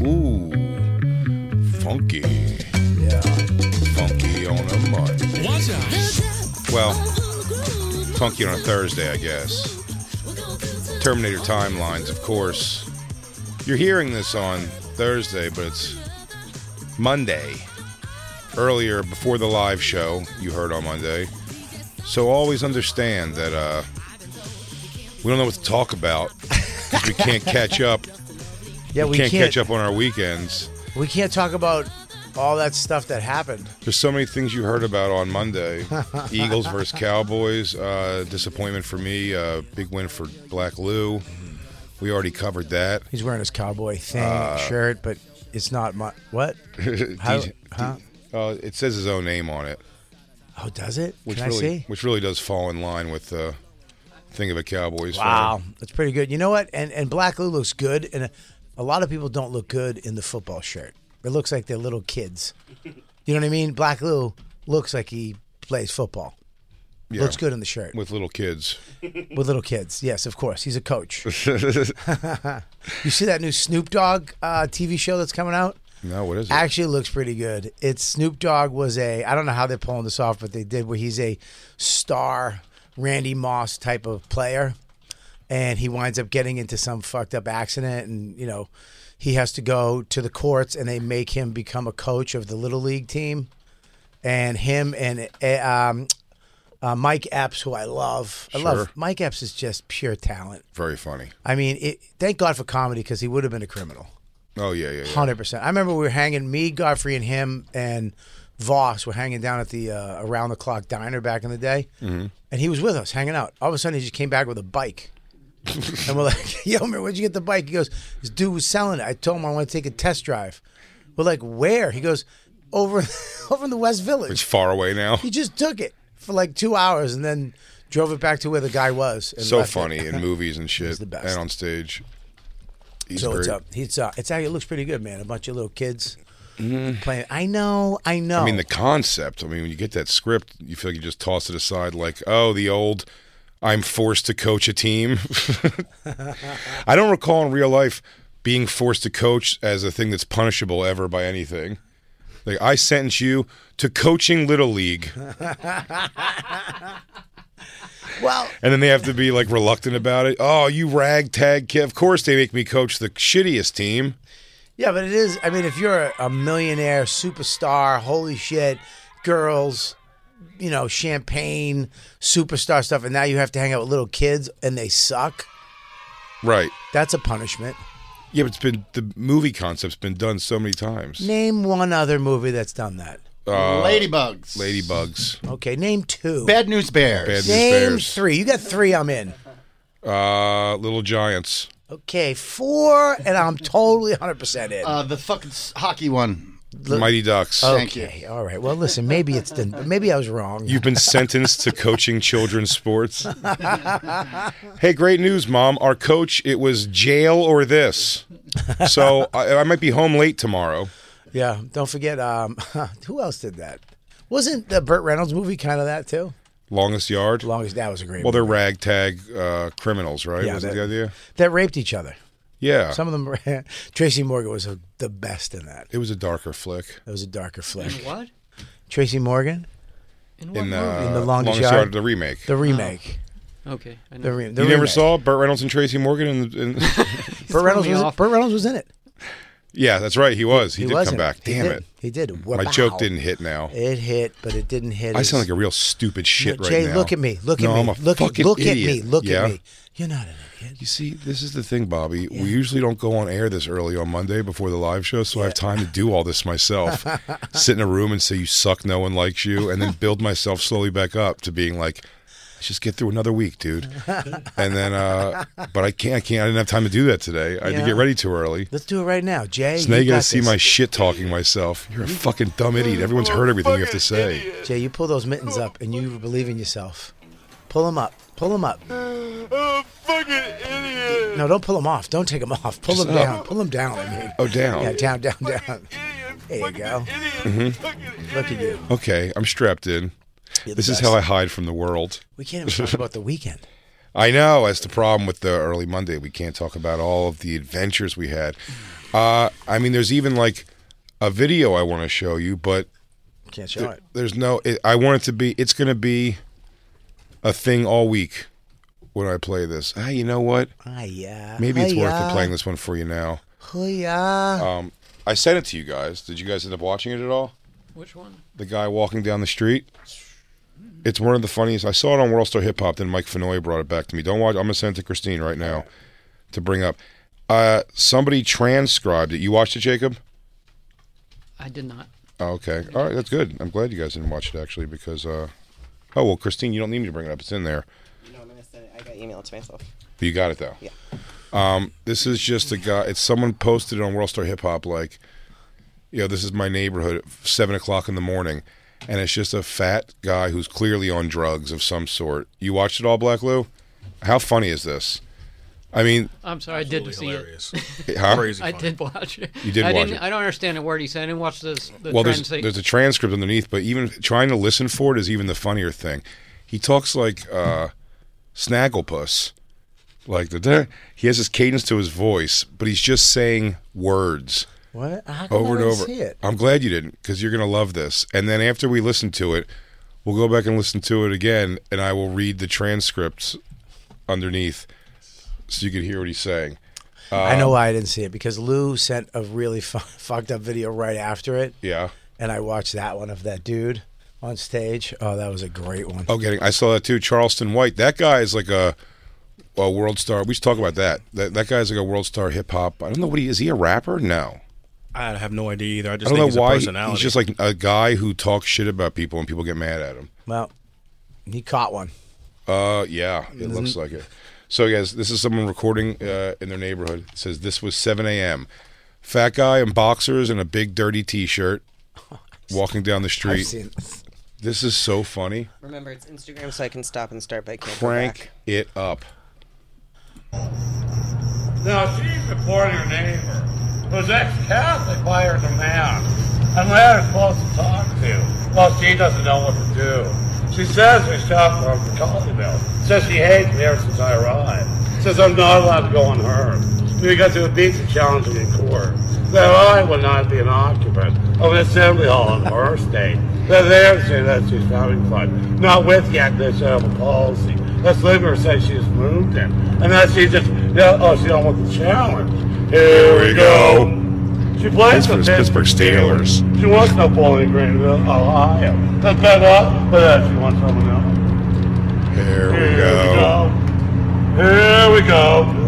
Ooh, funky. Yeah. Funky on a Monday. Was I? Well, funky on a Thursday, I guess. Terminator timelines, of course. You're hearing this on Thursday, but it's Monday. Earlier, before the live show, you heard on Monday. So always understand that uh, we don't know what to talk about 'cause we can't catch up Yeah, we, can't, catch up on our weekends. We can't talk about all that stuff that happened. There's so many things you heard about on Monday. Eagles versus Cowboys. Uh, disappointment for me. Uh, big win for Black Lou. We already covered that. He's wearing his cowboy thing Uh, shirt, but it's not my what? How, DJ huh? Uh, it says his own name on it, Oh, does it? which Can really, I see? which really does fall in line with the thing of a Cowboys. fan. Wow, that's pretty good. You know what? And and Black Lou looks good, and a, a lot of people don't look good in the football shirt. It looks like they're little kids. You know what I mean? Black Lou looks like he plays football. Yeah, Looks good in the shirt with little kids. with little kids. Yes, of course. He's a coach. you see that new Snoop Dogg uh, TV show that's coming out? No, what is it? Actually, looks pretty good. It's Snoop Dogg was a I don't know how they're pulling this off, but they did where he's a star Randy Moss type of player, and he winds up getting into some fucked up accident, and you know he has to go to the courts, and they make him become a coach of the little league team, and him and uh, um, uh, Mike Epps, who I love, I Sure. love Mike Epps is just pure talent. Very funny. I mean, it, thank God for comedy because he would have been a criminal. Oh yeah, yeah, yeah. Hundred percent. I remember we were hanging, me, Godfrey, and him, and Voss were hanging down at the uh, around the clock diner back in the day, Mm-hmm. and he was with us hanging out. All of a sudden, he just came back with a bike, and we're like, "Yo, man, where'd you get the bike?" He goes, "This dude was selling it. I told him I want to take a test drive." We're like, "Where?" He goes, "Over, over in the West It's Village." far away now. He just took it for like two hours and then drove it back to where the guy was. And So left it. funny in movies and shit, the best. and on stage. He's So it's great. up. It's up. It's actually, it looks pretty good, man. A bunch of little kids playing. I know. I know. Mm-hmm. I mean, the concept. I mean, when you get that script, you feel like you just toss it aside, like, oh, the old, I'm forced to coach a team. I don't recall in real life being forced to coach as a thing that's punishable ever by anything. Like, I sentence you to coaching Little League. well, And then they have to be like reluctant about it. Oh, you ragtag kid. Of course, they make me coach the shittiest team. yeah, but it is. I mean, if you're a, a millionaire, superstar, holy shit, girls, you know, champagne, superstar stuff, and now you have to hang out with little kids and they suck. Right. That's a punishment. Yeah, but it's been the movie concept's been done so many times. Name one other movie that's done that. Ladybugs. Ladybugs. Okay, name two. Bad News Bears. Bad News name Bears. three. You got three. I'm in. Uh, Little Giants. Okay, four, and I'm totally 100 percent in. uh, the fucking s- hockey one. l- Mighty Ducks. Thank okay, all right. Well, listen, maybe it's the, maybe I was wrong. You've been sentenced to coaching children's sports. hey, great news, Mom. Our coach, it was jail or this. So I, I might be home late tomorrow. yeah. Don't forget. Um, who else did that? Wasn't the Burt Reynolds movie kind of that too? Longest yard. Longest that was a great. well, movie. they're ragtag uh, criminals, right? Yeah, Wasn't that- the idea? that raped each other. Yeah. Some of them. were- Tracy Morgan was a, the best in that. it was a darker flick. That was a darker flick. What? Tracy Morgan, In what In, movie? uh, In The Longest yard. Yard? the remake. the remake. okay. I know. The, re- the you remake. never saw Burt Reynolds and Tracy Morgan? In, the- in, Burt Reynolds, me was, off. Burt Reynolds was in it. yeah, that's right. He was. He, did was come in it. back. He Damn did. it. He did. My Wow. joke didn't hit now. It hit, but it didn't hit. I as- sound like a real stupid shit right Jay, now. look at me. Look No, at me. I'm a look at, fucking look at me. idiot. Look Yeah? at me. You're not an idiot. You see, this is the thing, Bobby. We usually don't go on air this early on Monday before the live show, so I have time to do all this myself. Sit in a room and say you suck, no one likes you, and then build myself slowly back up to being like, let's just get through another week, dude. And then, uh, but I can't, I can't, I didn't have time to do that today. I had to Yeah. get ready too early. Let's do it right now, Jay. So now you you got to got see this. my shit talking myself. You're a fucking dumb idiot. Everyone's heard everything you have to say. Jay, you pull those mittens up, and you believe in yourself. Pull them up. Pull them up. No, don't pull them off. Don't take them off. Pull Just them up. down. Pull them down. I mean. Oh, down. Yeah, down, down, down. There you go. Mm-hmm. Look at you. Okay, I'm strapped in. You're the This is best. how I hide from the world. We can't even talk about the weekend. I know. That's the problem with the early Monday. We can't talk about all of the adventures we had. Uh, I mean, there's even like a video I want to show you, but Can't show it. there's no. It, I want it to be. It's going to be a thing all week when I play this. Ah, you know what? Ah, yeah. Maybe it's worth Hi-ya. it playing this one for you now. Hi-ya. Um, I sent it to you guys. Did you guys end up watching it at all? Which one? the guy walking down the street. It's one of the funniest. I saw it on World Star Hip Hop. Then Mike Fenoy brought it back to me. Don't watch. I'm gonna send it to Christine right now to bring up. Uh, somebody transcribed it. You watched it, Jacob? I did not. Oh, okay. All right. That's good. I'm glad you guys didn't watch it actually because. Uh, oh well, Christine, you don't need me to bring it up. It's in there. No, I'm gonna send it. I got email it to myself. But you got it though. Yeah. Um, this is just a guy. It's someone posted on World Star Hip Hop like, you know, this is my neighborhood at seven o'clock in the morning, and it's just a fat guy who's clearly on drugs of some sort. You watched it all, Black Lou? How funny is this? I mean, I'm sorry, I didn't see hilarious. it- huh? Crazy it. I funny. did watch it. You did I watch didn't, it. I don't understand a word he said. I didn't watch this, the well, there's, translate. there's a transcript underneath, but even trying to listen for it is even the funnier thing. He talks like uh, Snagglepuss, like the he has this cadence to his voice, but he's just saying words. What? How come over I and didn't over. See it? I'm glad you didn't because you're going to love this. And then after we listen to it, we'll go back and listen to it again, and I will read the transcripts underneath so you can hear what he's saying. Um, I know why I didn't see it because Lou sent a really fu- fucked up video right after it, Yeah. and I watched that one of that dude on stage. Oh, that was a great one. Oh, getting. I saw that too. Charleston White. That guy is like a, a world star. We should talk about that. That that guy is like a world star hip hop. I don't know what he is. He a rapper? No. I have no idea either. I I just don't think know he's why. a he- personality. he's just like a guy who talks shit about people and people get mad at him. Well, he caught one. Uh, yeah, it looks like it. So, guys, this is someone recording uh, in their neighborhood. It says this was 7 a.m. Fat guy in boxers and a big dirty T-shirt, walking down the I've street. seen this. This is so funny. Remember, it's Instagram, so I can stop and start, but I can't go Crank back. it up. Now, she's reporting her neighbor, who's ex-Catholic by her demand, and Larry's supposed to talk to. Well, she doesn't know what to do. She says we stopped her on the trolley bill. Says she hates me ever since I arrived. Says I'm not allowed to go on her. We got to a decent challenging in court. That I would not be an occupant of an assembly hall in her state. That they're saying that she's having fun. Not with the acquisition of a policy. That's Labor says she's moved in. And that she just, no, oh, she don't want the challenge. Here we go. She plays That's for for his Pittsburgh Pittsburgh Steelers. Steelers. She wants no Bowling Greenville, Ohio. That's that up, but uh, she wants someone else. There we go. we go. Here we go.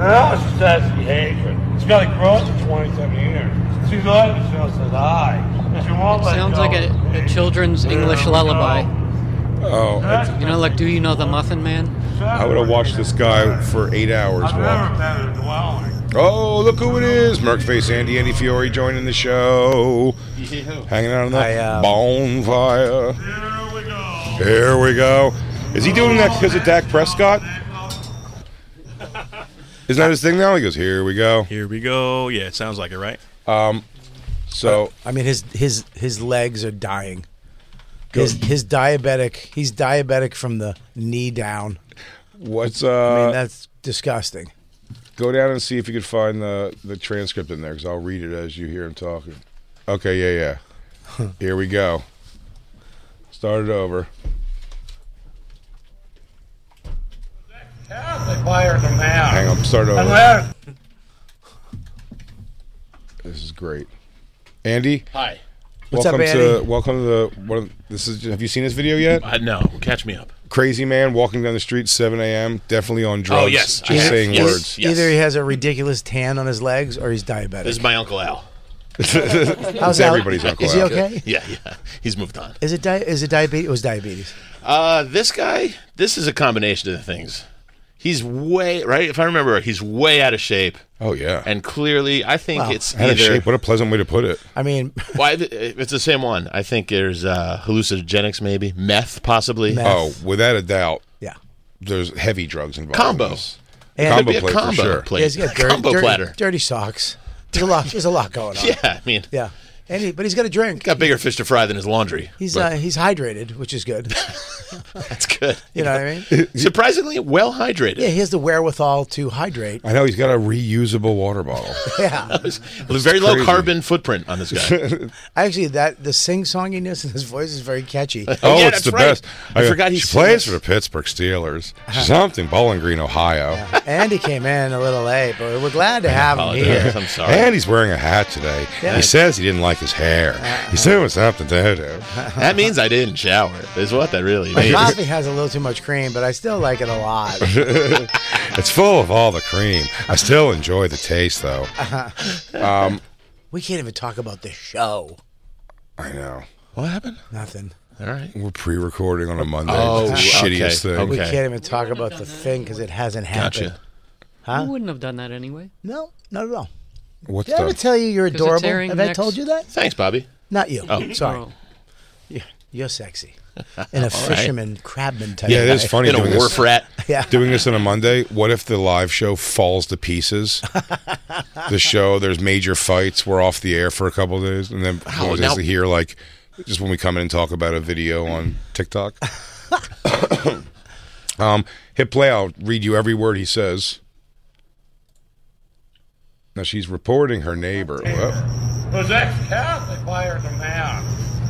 Now she says she hates it. She's got a grudge for 27 years. She's like, she says, I. And she won't let Sounds go like of me. a, a children's Here English we lullaby. go. Oh, I- You know, like, do you know the Muffin Man? I would have watched this guy for eight hours. I've Walk. never been in a dwelling. Oh, look who it is! Merkface Andy Andy Fiore joining the show. Hanging out on the I, uh, bonfire. Here we go. Is he doing that because of Dak Prescott? Isn't that his thing now? He goes, "Here we go." Here we go. Yeah, it sounds like it, right? Um, so I mean, his his his legs are dying. His his diabetic. He's diabetic from the knee down. what's I mean, uh? that's disgusting. go down and see if you could find the the transcript in there because I'll read it as you hear him talking. Okay, yeah, yeah. Here we go. Start it over. They fired the man. Hang on, start over. And there's This is great. Andy, Hi. What's up, welcome to Andy? welcome to the one. Of, this is. Have you seen this video yet? Uh, no, catch me up. Crazy man walking down the street, 7 a.m. Definitely on Oh, drugs. yes, just I have- saying yes. words. Either he has a ridiculous tan on his legs or he's diabetic. This is my Uncle Al. How's it's Al- everybody's uncle. Is he Al. okay? Yeah, yeah. He's moved on. Is it di- is it diabetes? It was diabetes. Uh, this guy, this is a combination of the things. He's way, right? If I remember right, he's way out of shape. Oh yeah. And clearly, I think Wow. it's Out of either. shape. What a pleasant way to put it. I mean, Why? It's the same one. I think there's uh, hallucinogenics, maybe meth, possibly. Meth. Oh, without a doubt, yeah. there's heavy drugs involved. in Combo. this. And- Could Combo be a plate combo for sure. plate. Yeah, he's got dirty, combo dirty, platter. dirty socks. There's a lot. There's a lot Oh. going on. Yeah, I mean, Yeah. And he, but he's got a drink. got bigger fish to fry than his laundry. He's uh, but he's hydrated, which is good. that's good. You know what I mean? Surprisingly well hydrated. Yeah, he has the wherewithal to hydrate. I know he's got a reusable water bottle. Yeah. Very low crazy. carbon footprint on this guy. Actually, that the sing songiness in his voice is very catchy. Oh, yeah, it's that's the right. best. I go, forgot he she said plays that. for the Pittsburgh Steelers. She's something Bowling Green, Ohio. Andy came in a little late, but we're glad to have him Apologize. here. I'm sorry. And he's wearing a hat today. Yeah. He says he didn't like his hair. Uh-huh. He's doing something to do. that means I didn't shower. Is what that really means. Coffee has a little too much cream, but I still like it a lot. It's full of all the cream. I still enjoy the taste, though. Uh-huh. We can't even talk about the show. I know. What happened? Nothing. All right. We're pre-recording on a Monday. Oh, It's the okay. shittiest thing. We Okay. can't even talk about the thing because it hasn't happened. Gotcha. You wouldn't have done that anyway. No, not at all. What's Did I ever the? tell you you're 'Cause it's adorable? airing Have I next- told you that? Thanks, Bobby. Not you. Oh. sorry. Oh. You're, you're sexy. In a right. fisherman, crabman type. yeah, it way. is funny In a doing wharf this. rat. Yeah. Doing this on a Monday. What if the live show falls to pieces? the show, there's major fights. We're off the air for a couple of days, and then Wow, we'll just now- hear like just when we come in and talk about a video on TikTok. um, hit play. I'll read you every word he says. Now she's reporting her neighbor. Whoa. was ex-Catholic by her demand,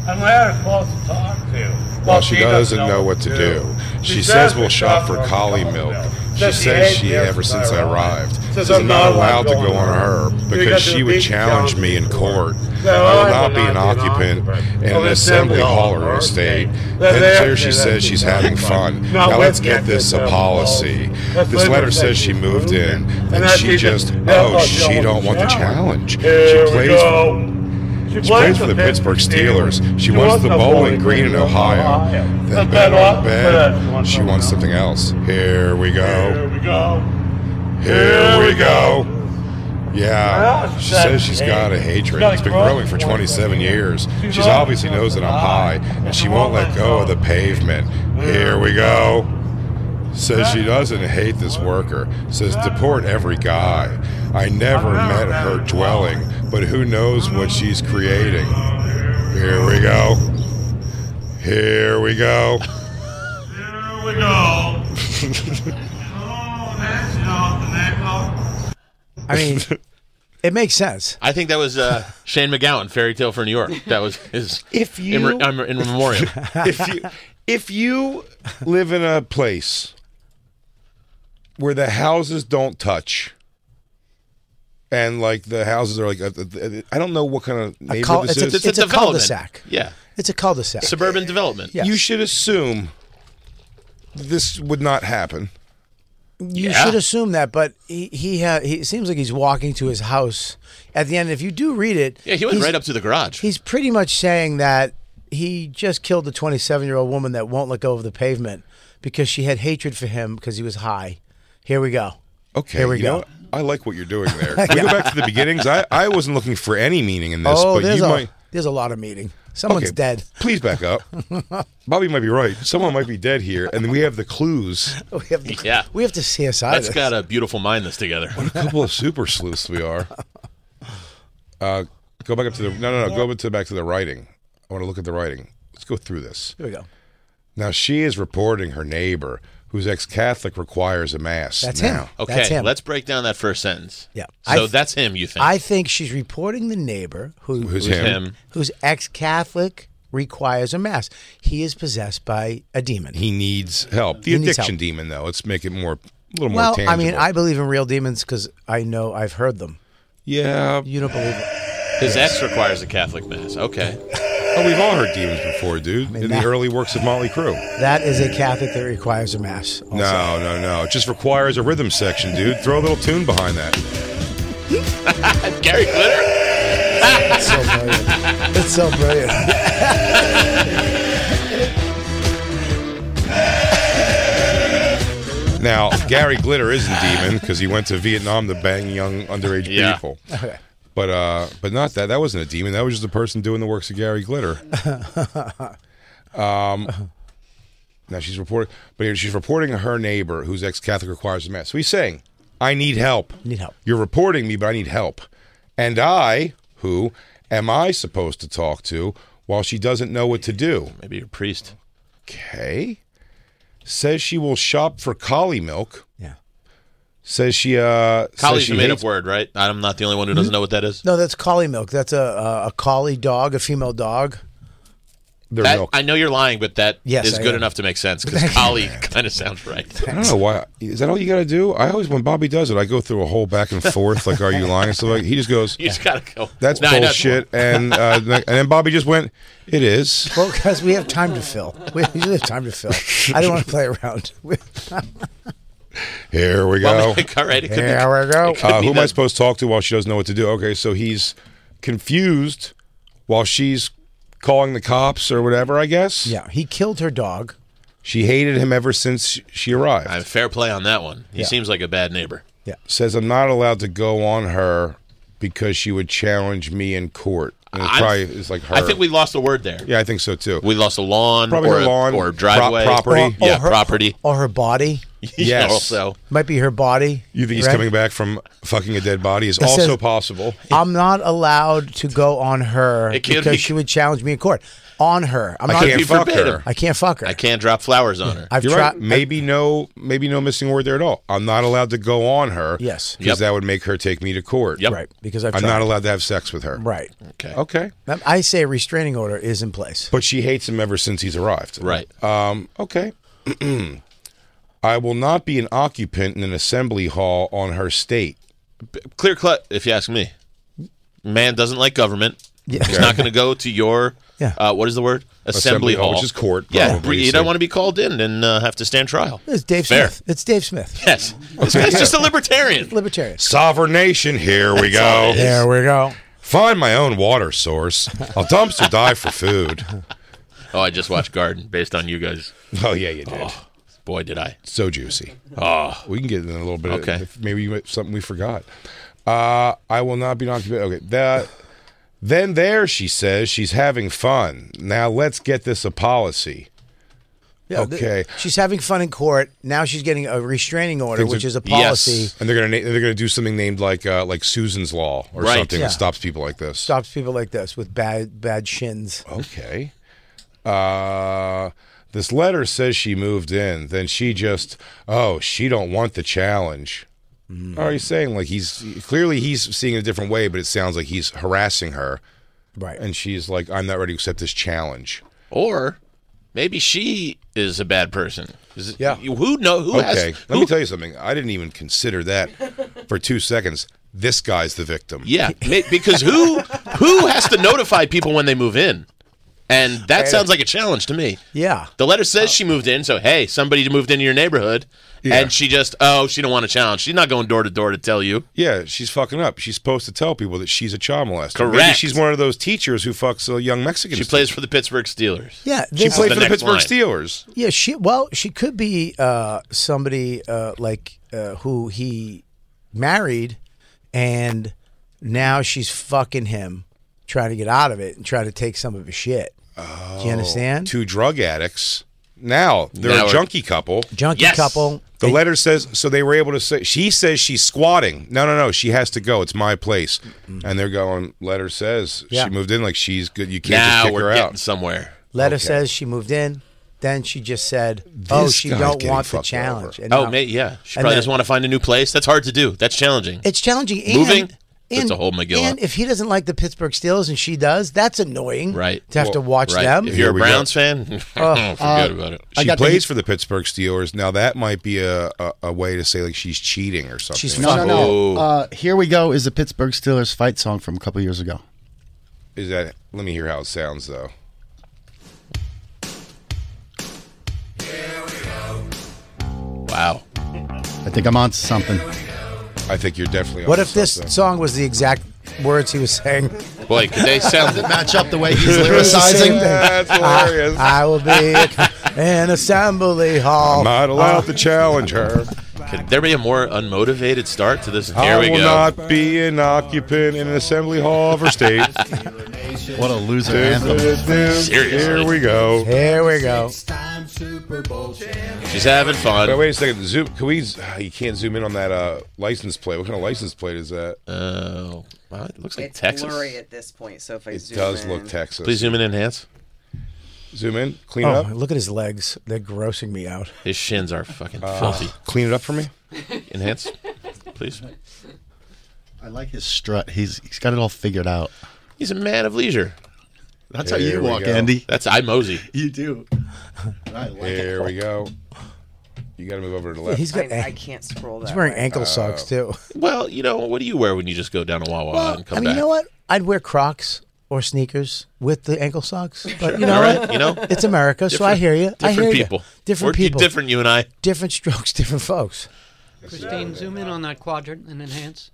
and Larry's supposed to talk to. Well, she doesn't know what to do. She says we'll shop for collie milk. She says she, ever since I arrived, says I'm not allowed to go on her because she would challenge me in court. I will not be an occupant in an assembly hall or estate. Then here she says she's having fun. Now let's get this a policy. This letter says she moved in, and she just, oh, she don't want the challenge. She plays she plays for the Pittsburgh Steelers. She wants the Bowling Green in Ohio. Then bet on bet. She wants something else. Here we Here go. we go. Here we go. Yeah, Well, she that says she's hate. got a hatred. She's got It's been a grudge growing for for 27 years. She's always She's obviously been knows that I'm high, high, and she won't let go of the pavement. Here we go. Says she doesn't hate this worker. Says deport every guy. I never met her dwelling, but who knows what she's creating. Here we go. Here we go. Here we go. Oh, that's not the necklace. I mean, it makes sense. I think that was uh, Shane McGowan, Fairy Tale for New York. That was his. If in you- re- um, in, memoriam. if you if you live in a place where the houses don't touch and like the houses are like uh, uh, uh, I don't know what kind of neighborhood cul- this it's a- is. it's a- development. cul-de-sac. Yeah, It's a cul-de-sac. suburban development. Yeah. You should assume this would not happen. You Yeah. should assume that, but he he, ha- he it seems like he's walking to his house at the end. If you do read it, Yeah, he went he's- right up to the garage. He's pretty much saying that he just killed the 27 year old woman that won't let go of the pavement because she had hatred for him because he was high. Here we go. Okay, Here we you go. know, I like what you're doing there. Can we go back to the beginnings? I, I wasn't looking for any meaning in this, oh, but there's you a might. there's a lot of meeting. Someone's Okay, dead. Please back up. Bobby might be right. Someone might be dead here, and we have the clues. We have to, Yeah. we have to CSI That's this. got a beautiful mind this together. What a couple of super sleuths we are. Uh, go back up to the no no no. Go to back to the writing. I want to look at the writing. Let's go through this. Here we go. Now she is reporting her neighbor, whose ex-Catholic requires a mass. That's him. now. Okay, That's him. let's break down that first sentence. Yeah. I So th- that's him, you think? I think she's reporting the neighbor who Who's Who's him? him? who's ex-Catholic requires a mass. He is possessed by a demon. He needs help. The He needs addiction help. demon, though. Let's make it more a little more well, tangible. I mean, I believe in real demons because I know I've heard them. yeah. You don't believe it? His ex requires a Catholic mass. Okay. Oh, we've all heard demons before, dude. in that- the early works of Motley Crue. That is a Catholic that requires a Oh, mass. also. No, no, no. It just requires a rhythm section, dude. Throw a little tune behind that. Gary Glitter? It's so brilliant. It's so brilliant. Now, Gary Glitter isn't demon because he went to Vietnam to bang young underage Yeah. people. But uh, but not that. That wasn't a demon. That was just a person doing the works of Gary Glitter. Um, now she's reporting, but here she's reporting her neighbor whose ex-Catholic requires a mass. So he's saying, "I need help. Need help. You're reporting me, but I need help. And I, who am I supposed to talk to while she doesn't know what to do?" Maybe your priest. Okay. Says she will shop for collie milk. Yeah. Says she. uh says Collie's she a made up hates- word, right? I'm not the only one who Hmm? doesn't know what that is. No, that's collie milk. That's a a, a collie dog, a female dog. Their That- milk. I, I know you're lying, but that is Yes, I good am. enough to make sense because collie kind of sounds right. don't know why. Is that all you got to do? I always when Bobby does it, I go through a whole back and forth. Like, are you lying? And stuff like he just goes, You just got to go. "That's No, I know. bullshit," and uh, and then Bobby just went, "It is." Well, because we have time to fill. We usually have time to fill. I don't want to play around. We- Here we Well, go. all right. It could be There we go. could Uh, be who am I that- supposed to talk to while she doesn't know what to do? Okay, so he's confused while she's calling the cops or whatever. I guess. Yeah, he killed her dog. She hated him ever since she- she arrived. I'm fair play on that one. He Yeah. seems like a bad neighbor. says I'm not allowed to go on her because she would challenge me in court. And it I'm- probably is like her. I think we lost a word there. Yeah, I think so too. We lost a lawn, Probably or her a- lawn, or a prop- driveway, property. yeah, Or her- property. Or her body. Yes. also Might be her body. you think he's right? coming back from fucking a dead body is It also says- possible. I'm not allowed to go on her It can't because be- she would challenge me in court. On her. I'm I not, can't be fuck verbatim. her. I can't fuck her. I can't drop flowers on her. I've You're tried. right. Maybe no, maybe no missing word there at all. I'm not allowed to go on her. Yes. because Yep. that would make her take me to court. Yep. Right. Because I've I'm tried. not allowed to have sex with her. Right. Okay. Okay, I say a restraining order is in place. but she hates him ever since he's arrived. Right. Um, okay. I will not be an occupant in an assembly hall on her state. Clear cut, if you ask me. Man doesn't like government. Yeah. He's not going to go to your, Yeah. uh, what is the word? Assembly, Assembly hall, hall. which is court, Yeah. probably, You so- don't want to be called in and uh, have to stand trial. It's Dave Fair. Smith. It's Dave Smith. Yes. This guy's just a libertarian. Libertarian. Sovereign nation, here we all it go. is. There we go. Find my own water source. I'll dumpster dive for food. Oh, I just watched Garden based on you guys. Oh yeah, you did. Boy, did I. So juicy. Oh, We can get in a little bit. Okay. Of, if maybe you- something we forgot. Uh, I will not be knocked. Okay. That. Then there, she says she's having fun. Now let's get this a policy. Yeah, th- Okay. she's having fun in court. Now she's getting a restraining order, Things are- which is a Yes. policy And they're gonna na- they're gonna do something named like uh, like Susan's Law or Right. something Yeah. that stops people like this. stops people like this with bad bad shins. Okay. Uh this letter says she moved in. Then she just oh, she don't want the challenge. Are you saying like he's clearly he's seeing it a different way, but it sounds like he's harassing her Right. and she's like, I'm not ready to accept this challenge. or maybe she is a bad person. Is it- Yeah. Who know? Who has? Okay. Let me who- tell you something. I didn't even consider that for two seconds. This guy's the victim. Yeah, ma- because who who has to notify people when they move in? And that sounds like a challenge to me. yeah. The letter says she moved in, so hey, somebody moved into your neighborhood, Uh, Yeah. and she just oh, she don't want a challenge. She's not going door to door to tell you. Yeah, she's fucking up. She's supposed to tell people that she's a child molester. Maybe Correct. she's one of those teachers who fucks uh, young Mexicans. She plays for the Pittsburgh Steelers. Yeah. She This, played the for the next Pittsburgh line. Steelers. yeah. She well, she could be uh, somebody uh, like uh, who he married, and now she's fucking him, trying to get out of it and trying to take some of his shit. Oh. Do you understand? Two drug addicts. Now they're Now a we're- junkie couple. Junkie Yes. couple. The letter says so they were able to say she says she's squatting. No, no, no. She has to go. It's my place. And they're going. Letter says Yeah. she moved in like she's good. You can't Now just kick we're her getting out somewhere. Letter Okay. says she moved in. Then she just said, "Oh, This she guy's don't getting want the fucked challenge." And oh, now- mate, yeah. She and probably then- doesn't want to find a new place. That's hard to do. That's challenging. It's challenging. And, Moving? And, That's a whole McGill And if he doesn't like the Pittsburgh Steelers and she does, that's annoying. Right. To have to Well, watch right. them. If you're a we go. Browns fan, forget uh, about it. I She got the- plays for the Pittsburgh Steelers. Now that might be a, a, a way to say like she's cheating or something. She's No, no, no. Uh, here we go is the Pittsburgh Steelers fight song from a couple years ago. Is that? Let me hear how it sounds though. Wow. I think I'm on to something. I think you're definitely. What if this song was the exact words he was saying? Boy, could they sound it match up the way he's Same lyricizing? thing. Ah. I, I will be in assembly hall. Oh, I'm not allowed to challenge her. Could there be a more unmotivated start to this? I There we will go. not be an occupant in an assembly hall of our state. What a loser This anthem. is new. Here we go. Here we go. She's having fun. But wait a second. Zoom. Can we? z- ah, You can't zoom in on that uh, license plate. What kind of license plate is that? Oh, wow, it looks like It's Texas. blurry at this point, so if I It zoom does in, look Texas. Please zoom in and enhance. Zoom in. Clean Oh, up. look at his legs. They're grossing me out. His shins are fucking Uh, filthy. Clean it up for me. Enhance, please. I like his strut. He's he's got it all figured out. He's a man of leisure. That's how Here you we walk, go. Andy. That's I mosey. You do. Here we go. You got to move over to the left. He's got. I, I an- can't scroll that. He's wearing way. ankle socks too. Well, you know what do you wear when you just go down to Wawa and come I mean, back? you know what? I'd wear Crocs or sneakers with the ankle socks. But you All know right, what? you know? it's America, so I Different- hear you. I different hear people. You. Different We're d- people. different, you and I. Different strokes, different folks. Christine, zoom in on that quadrant and enhance.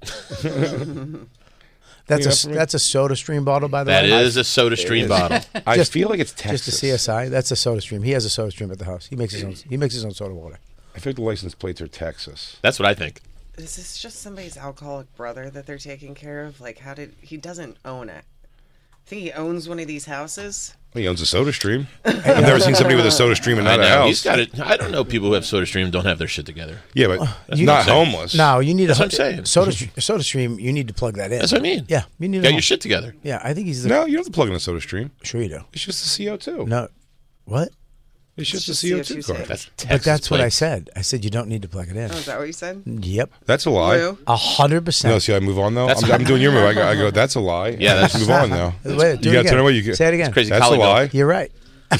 That's Yeah, a for me. that's a Soda Stream bottle, by the That way. is a Soda Stream bottle. I feel like it's Texas. Just a CSI. That's a Soda Stream. He has a Soda Stream at the house. He makes his own. He makes his own soda water. I feel like the license plates are Texas. That's what I think. Is this just somebody's alcoholic brother that they're taking care of? Like, how did he doesn't own it? I think he owns one of these houses. He owns a Soda Stream. I've never seen somebody with a Soda Stream and I not a know house. he's got it. I don't know people who have Soda Stream don't have their shit together. Yeah, Uh, but That's what not I'm saying. homeless. No, you need That's a what I'm saying. Soda Str- Soda Stream. You need to plug that in. That's what I mean. Yeah, you need. Got to- your shit together. Yeah, I think he's the. No, you don't have to plug in a Soda Stream. Sure you do. It's just the CO2. No, what? It's just a just CO2 CO2 card. safe. That's but Texas that's what I plates. said. I said you don't need to plug it in. Oh, is that what you said? Yep, That's a lie. Blue. a hundred No, percent. see, I move on though. That's- I'm, I'm doing your move. I go, I go that's a lie. Yeah, that's- move on now. Wait, do you it got to again. know what you get. Say it again. It's crazy. That's Collie a dog. lie. You're right. I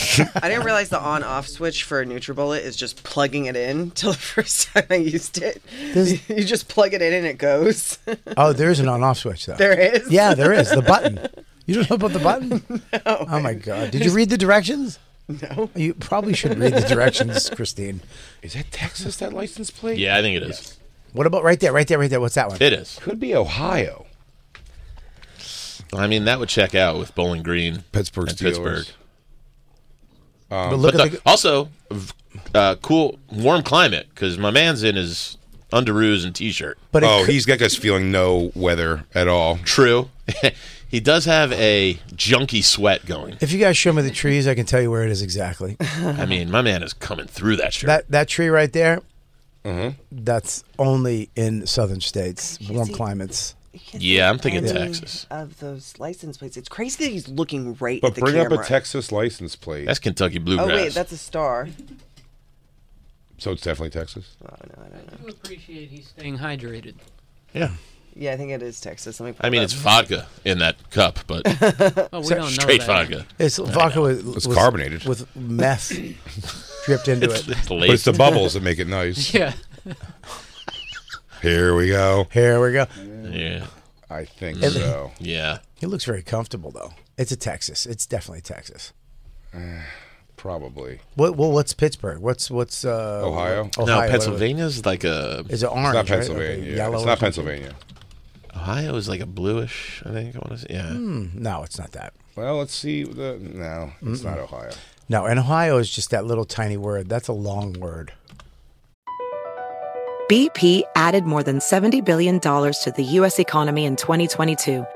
didn't realize the on-off switch for a NutriBullet is just plugging it in. Till the first time I used it, This- you just plug it in and it goes. Oh, there is an on-off switch though. there it is. Yeah, there is the button. You don't know about the button? Oh my god! Did you read the directions? No. You probably should read the directions, Christine. Is that Texas? That license plate? Yeah, I think it is. What about right there? Right there? Right there? What's that one? It is. Could be Ohio. I mean, that would check out with Bowling Green, Pittsburgh and Steelers. Pittsburgh. but look but at the- the. also v- uh, cool warm climate because my man's in his underoos and t-shirt But it oh, could- he's got us feeling no weather at all. true he does have a junky sweat going if you guys show me the trees, I can tell you where it is exactly. i mean my man is coming through that shirt That that tree right there. Mm-hmm. That's only in southern states, warm climates. yeah i'm thinking Any texas Of those license plates, it's crazy that he's looking right But at the bring camera. up a Texas license plate. that's kentucky Oh bluegrass wait, that's a star. so it's definitely Texas. Oh no, I don't know. I do appreciate he's staying hydrated. yeah Yeah, I think it is Texas. Let me. Pull i mean it it's up. vodka in that cup but Oh, we don't know straight that. vodka It's vodka with, It's with- carbonated. with meth dripped into it. it's But it's laced. the bubbles that make it nice. Yeah. Here we go. Here we go. yeah I think so. yeah He looks very comfortable though. It's a Texas. It's definitely Texas. Probably. What, well, what's Pittsburgh? What's what's uh, Ohio? No, Ohio no whatever. pennsylvania's like a Is it orange? It's not right? Pennsylvania. Okay, yeah. yellow It's or not something? Pennsylvania. ohio is like a bluish i think i want to say yeah Hmm. No, it's not that. Well, let's see. The, no, it's not Ohio. No, and Ohio is just that little tiny word. That's a long word. BP added more than $70 billion to the U.S. economy in 2022.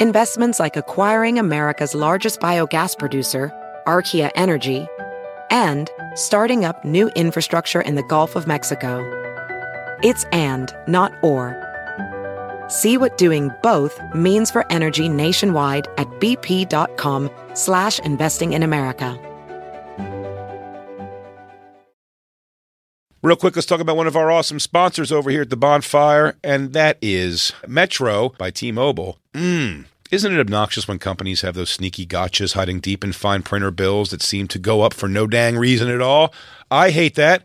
Investments like acquiring America's largest biogas producer, Archaea Energy, and starting up new infrastructure in the Gulf of Mexico. It's and, not or. See what doing both means for energy nationwide at bp.com slash investing in America. Real quick, let's talk about one of our awesome sponsors over here at the bonfire, and that is Metro by T Mobile. Mmm. Isn't it obnoxious when companies have those sneaky gotchas hiding deep in fine printer bills that seem to go up for no dang reason at all? I hate that.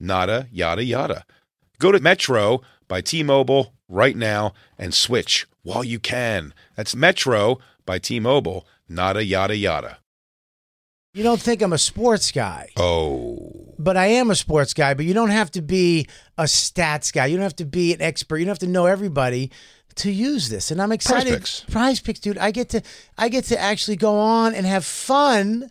nada yada yada. Go to Metro by T Mobile right now and switch while you can. That's Metro by T Mobile, nada yada yada. You don't think I'm a sports guy. Oh. But I am a sports guy, but you don't have to be a stats guy. You don't have to be an expert. You don't have to know everybody to use this. And I'm excited. Prize Picks. Prize Picks, dude. I get to I get to actually go on and have fun.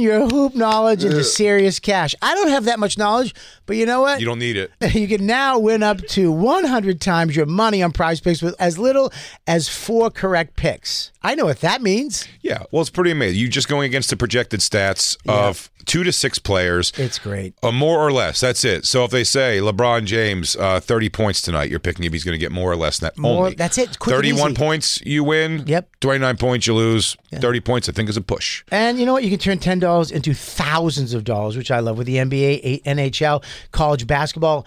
your hoop knowledge into serious cash. I don't have that much knowledge, but you know what? You don't need it. You can now win up to 100 times your money on prize picks with as little as four correct picks. I know what that means. Yeah, well, it's pretty amazing. You're just going against the projected stats of two to six players, It's great. uh, more or less. That's it. So if they say LeBron James, uh, 30 points tonight, you're picking if he's going to get more or less than that. More- only. that's it. Quick and 31 easy. points, you win. Yep. 29 points, you lose. 30 points, I think, is a push. And you know what? You can turn ten dollars into thousands of dollars, which I love with the NBA, A- NHL, college basketball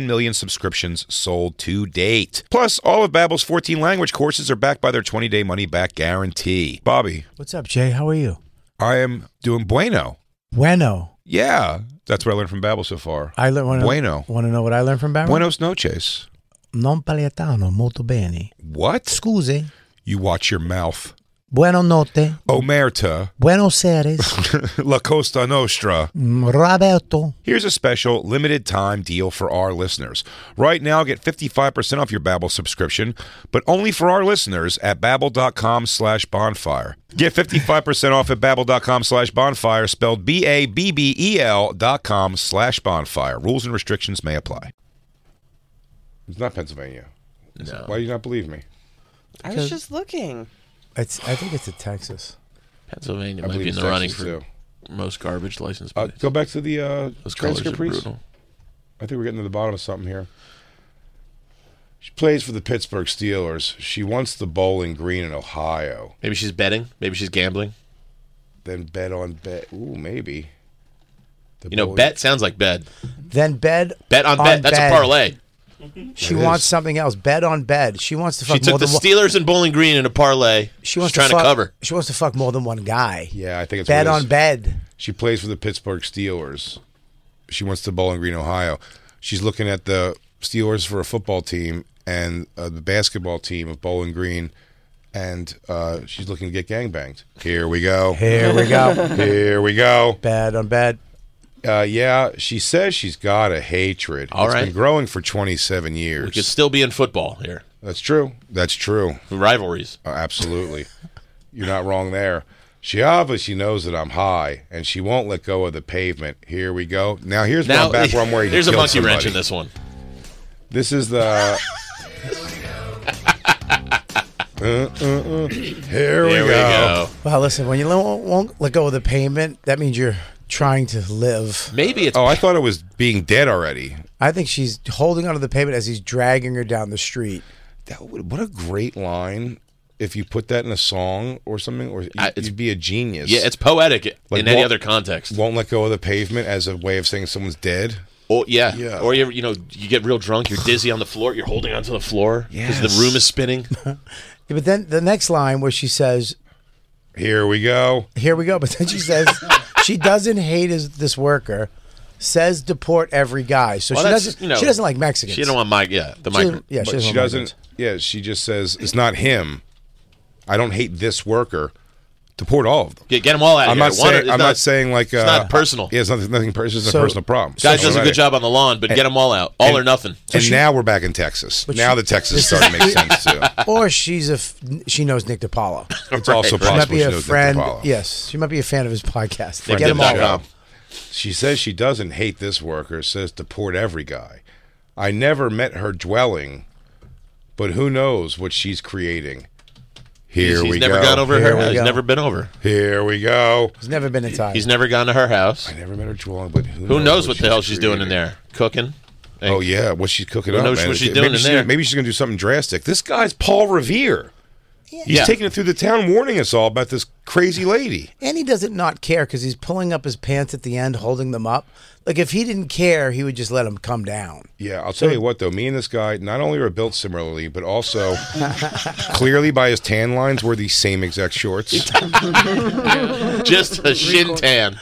million subscriptions sold to date. Plus, all of Babbel's 14 language courses are backed by their 20-day money-back guarantee. Bobby, what's up jay how are you I am doing bueno. bueno Yeah, that's what I learned from Babbel so far. i learned wanna- bueno. wanna know what i learned from barry Buenos noches. Non paletano, molto bene. What? Scusi. You watch your mouth. Buonanotte. Omerta, Buenos Aires. La Costa Nostra. mm, Roberto. Here's a special limited time deal for our listeners. Right now, get 55% off your Babbel subscription, but only for our listeners at babbel.com slash bonfire. Get 55% off at babbel.com slash bonfire, spelled B-A-B-B-E-L E dot com slash bonfire. Rules and restrictions may apply. It's not Pennsylvania. No. Why do you not believe me? I was just looking. It's, I think it's in Texas. Pennsylvania I might be believe in the it's running Texas, for too. most garbage license Uh, plates. go back to the uh, Those colors transcript, are please. brutal. I think we're getting to the bottom of something here. She plays for the Pittsburgh Steelers. She wants the Bowling Green in Ohio. Maybe she's betting. Maybe she's gambling. Then bet on bet. Ooh, maybe. The You know, Bowling- bet sounds like bed. Then bed. Bet on, bet. That's a parlay. She It wants is. something else. Bed on bed. She wants to She fuck more took the than one. Steelers and Bowling Green in a parlay. She wants she's trying to, fuck, cover. She wants to fuck more than one guy. Yeah, I think it's Bed what it on is. bed. She plays for the Pittsburgh Steelers. She wants to Bowling Green, Ohio. She's looking at the Steelers for a football team and uh, the basketball team of Bowling Green, and uh, she's looking to get gangbanged. Here we go. Here we go. Here we go. bed on bed. Uh, yeah, she says she's got a hatred. All It's been right. growing for 27 years. We could still be in football here. That's true. That's true. Rivalries. Uh, absolutely. You're not wrong there. She obviously knows that I'm high, and she won't let go of the pavement. Here we go. Now here's Now, one back one where you there's a killed monkey wrench somebody. in this one. This is the. Uh, uh, uh. Here, There we, go. Well, listen, when you lo- won't let go of the payment, that means you're trying to live. Maybe it's Oh, I thought it was being dead already. I think she's holding onto the payment as he's dragging her down the street. That would, what a great line! If you put that in a song or something, or you, I- it's- you'd be a genius. yeah, it's poetic Like in any won't- other context. won't let go of the pavement as a way of saying someone's dead. Or yeah. Yeah. Or you you know, you get real drunk, you're dizzy on the floor, you're holding onto the floor because Yes. the room is spinning. Yeah, but then the next line where she says, Here we go. Here we go. But then she says, She doesn't hate his, this worker, says deport every guy. So Well, she, that's, doesn't, you know, she doesn't like Mexicans. She don't want my yeah, the She migrant. doesn't- yeah, she But doesn't. she want doesn't. migrants. Yeah, she just says it's not him. I don't hate this worker. Deport all of them. Get, get them all out I'm here. not One or- saying. I'm it's not, saying like. Uh, it's not personal. Yeah, it's nothing. Nothing personal. It's So- a personal problem. Guy does a Alright. good job on the lawn, but get them all out, all or nothing. and now we're back in Texas. Now she- the Texas is starting to make sense too. Or she's a f- she knows Nick DiPaolo. It's also She might possible be she a knows friend. Nick DiPaolo. Yes, she might be a fan of his podcast. Nick Get him all DiPaolo. out. She says she doesn't hate this worker, says deport every guy. I never met her dwelling, but who knows what she's creating. Here he's we never go. gone over Here her. we house. He's go. never been over. Here we go. He's never been inside. He's never gone to her house. I never met her dwelling, but who, Who knows what the hell she's doing creating. in there? Cooking. Oh yeah, what she's cooking Who up. knows man. what she's Maybe doing in she's- there? Maybe she's gonna do something drastic. This guy's Paul Revere. He's Yeah. taking it through the town, warning us all about this crazy lady. And he doesn't not care because he's pulling up his pants at the end, holding them up. Like if he didn't care, he would just let them come down. Yeah, I'll tell you what though. Me and this guy not only are built similarly, but also clearly by his tan lines, wear these same exact shorts. Just a shin tan.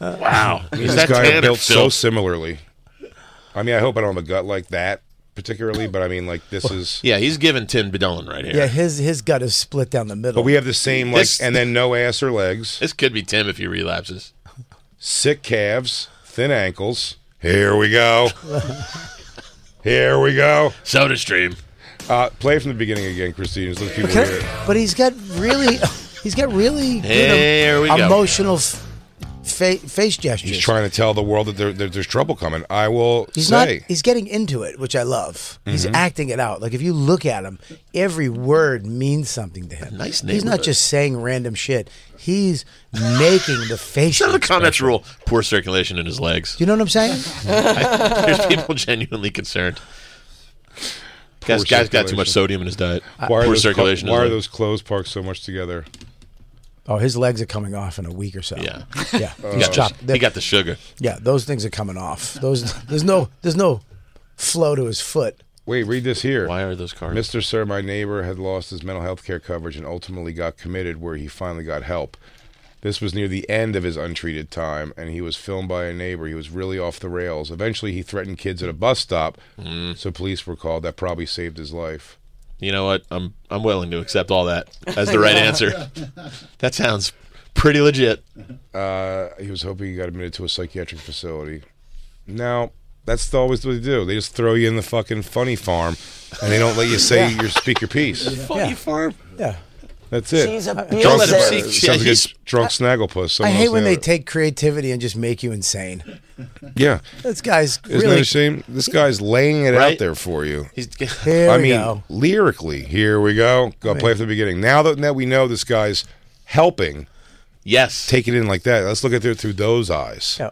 Wow. Me and Is that this guy tan are or built so filth? similarly. I mean, I hope I don't have a gut like that particularly, but I mean, like this is. Yeah, he's giving Tim Bedolin right here. Yeah, his his gut is split down the middle. But we have the same like, This- and then no ass or legs, This could be Tim if he relapses. sick calves, thin ankles. Here we go. Here we go. Soda Stream. Uh, play from the beginning again, Christine. Just let people hear Okay. it. but he's got really he's got really good em- Here we go. emotional f- fa- face gestures. He's trying to tell the world that there, there, there's trouble coming. I will He's not. say. He's getting into it, which I love. He's Mm-hmm. acting it out. Like if you look at him, every word means something to him. Nice He's not neighborhood. just saying random shit. He's making the facial. Some of the comments expression. rule poor circulation in his legs. Do you know what I'm saying? There's people genuinely concerned. Guys, guy's got too much circulation. sodium in his diet. why are, poor those, clo- circulation. in why his are leg. those clothes parked so much together? Oh, his legs are coming off in a week or so. Yeah. Oh. yeah. He He's got, chopped. the, he got the sugar. yeah, those things are coming off. Those there's no there's no flow to his foot. Wait, read this here. Why are those cars? Mr. Sir, my neighbor had lost his mental health care coverage and ultimately got committed where he finally got help. This was near the end of his untreated time, and he was filmed by a neighbor. He was really off the rails. Eventually, he threatened kids at a bus stop, so police were called. That probably saved his life. You know what? I'm I'm willing to accept all that as the right answer. That sounds pretty legit. Uh, he was hoping he got admitted to a psychiatric facility. Now, that's always what they do. They just throw you in the fucking funny farm, and they don't let you say your speak your piece. Funny farm. Yeah. That's it. She's Don't let him abusive. see- Sounds like he's- a drunk snagglepuss. I Someone hate else when nailed they it. take creativity and just make you insane. Yeah. This guy's Isn't really that a shame? This guy's laying it Right? out there for you. He's, Here I we mean, go. lyrically, here we go. Go play from the beginning. Now that, that we know this guy's helping, yes. take it in like that. Let's look at it through those eyes. Yeah.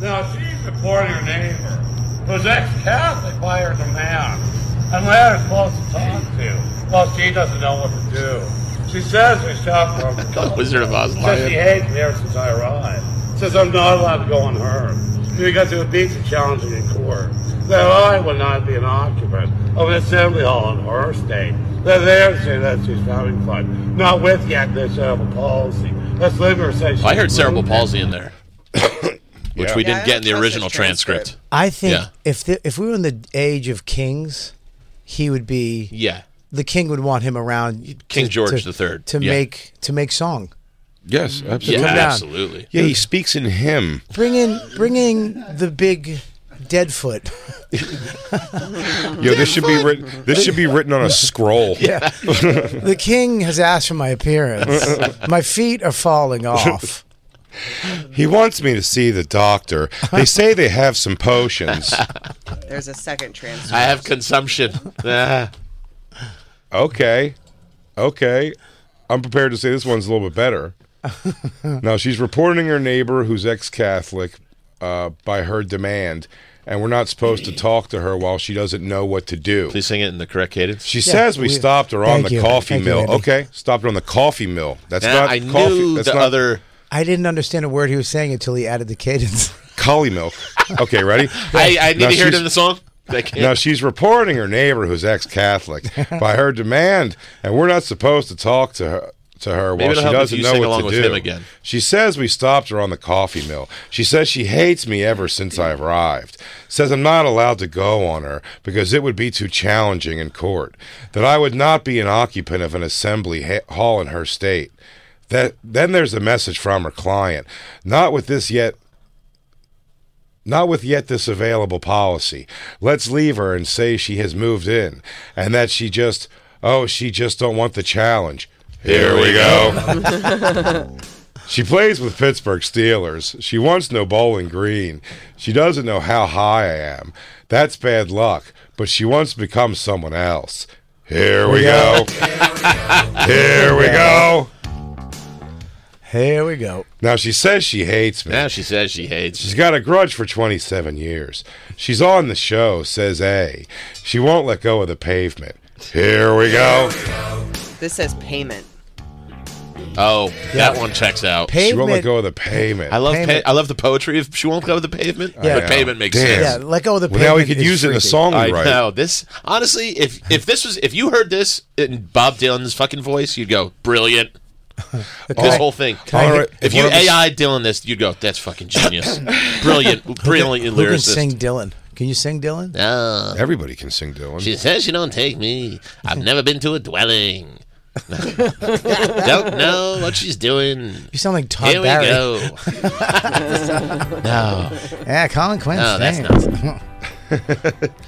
Now she's reporting her neighbor, who's ex-Catholic, by her demand, and let her close to talk to. Well, she doesn't know what to do. She says we stopped her. from talking. Wizard of Oz Says she lion. hates me ever since I arrived. Says I'm not allowed to go on her because it would be too challenging in court. That I would not be an occupant of an assembly hall in her state. That they're saying that she's having fun, not with the active cerebral palsy. That's Liver says. I heard she's cerebral moving. palsy in there, which Yeah. we Yeah, I didn't get in don't the trust original this transcript. transcript. I think Yeah. if the, if we were in the age of kings, he would be Yeah. the king would want him around. King to- George to, the Third, to yeah. make to make song. Mm-hmm. Yes, absolutely. Yeah, down. absolutely. Yeah, he speaks in hymn. Bring in bring in the big Deadfoot. Yo, this should be written. This should be written on a scroll. Yeah. the king has asked for my appearance. my feet are falling off. He wants me to see the doctor. They say they have some potions. There's a second transcript. I have consumption. Ah. Okay, okay. I'm prepared to say this one's a little bit better. now she's reporting her neighbor, who's ex-Catholic, uh, by her demand, and we're not supposed to talk to her while she doesn't know what to do. Please sing it in the correct cadence. She says we, we- stopped her on thank the you. coffee Thank you, mill. Andy. okay, stopped her on the coffee mill. That's Nah, not Ah, I coffee. knew that's the not other. I didn't understand a word he was saying until he added the cadence. collie milk. Okay, ready? I, I need Now to hear it she's- in the song. I can't. Now she's reporting her neighbor, who's ex-Catholic, by her demand, and we're not supposed to talk to her. To her Maybe while it'll she help if doesn't you know sing what along to with do. him again. She says we stopped her on the coffee mill. She says she hates me ever since I arrived. Says I'm not allowed to go on her because it would be too challenging in court. That I would not be an occupant of an assembly ha- hall in her state. That then there's a message from her client. Not with this yet not with yet this available policy. Let's leave her and say she has moved in and that she just, oh, she just don't want the challenge. Here we go. she plays with Pittsburgh Steelers. She wants no bowling green. She doesn't know how high I am. That's bad luck, but she wants to become someone else. Here we go. Here we go. Here we go. Now she says she hates me. Now she says she hates. She's got a grudge for 27 years. She's on the show, says A. She won't let go of the pavement. Here we go. This says payment. Oh, that one checks out. Pay- She won't let Pavement. go of the pavement. I love pa- Payment. I love the poetry of she won't go with the pavement. Yeah. but pavement makes Damn. Yeah, sense. let go of the. Well, now we pavement could is use it in a freaky. song I we write. know this. Honestly, if if this was if you heard this in Bob Dylan's fucking voice, you'd go brilliant. this whole thing. All right. If one you of us- AI Dylan this, you'd go, that's fucking genius, brilliant, Who brilliant can lyricist. sing Dylan? Can you sing Dylan? Ah, Everybody can sing Dylan. She says she don't take me. I've never been to a dwelling. don't know what she's doing. You sound like Todd Here we Barry. go. no, Yeah, Colin Quinn. no, Oh, that's sang. not.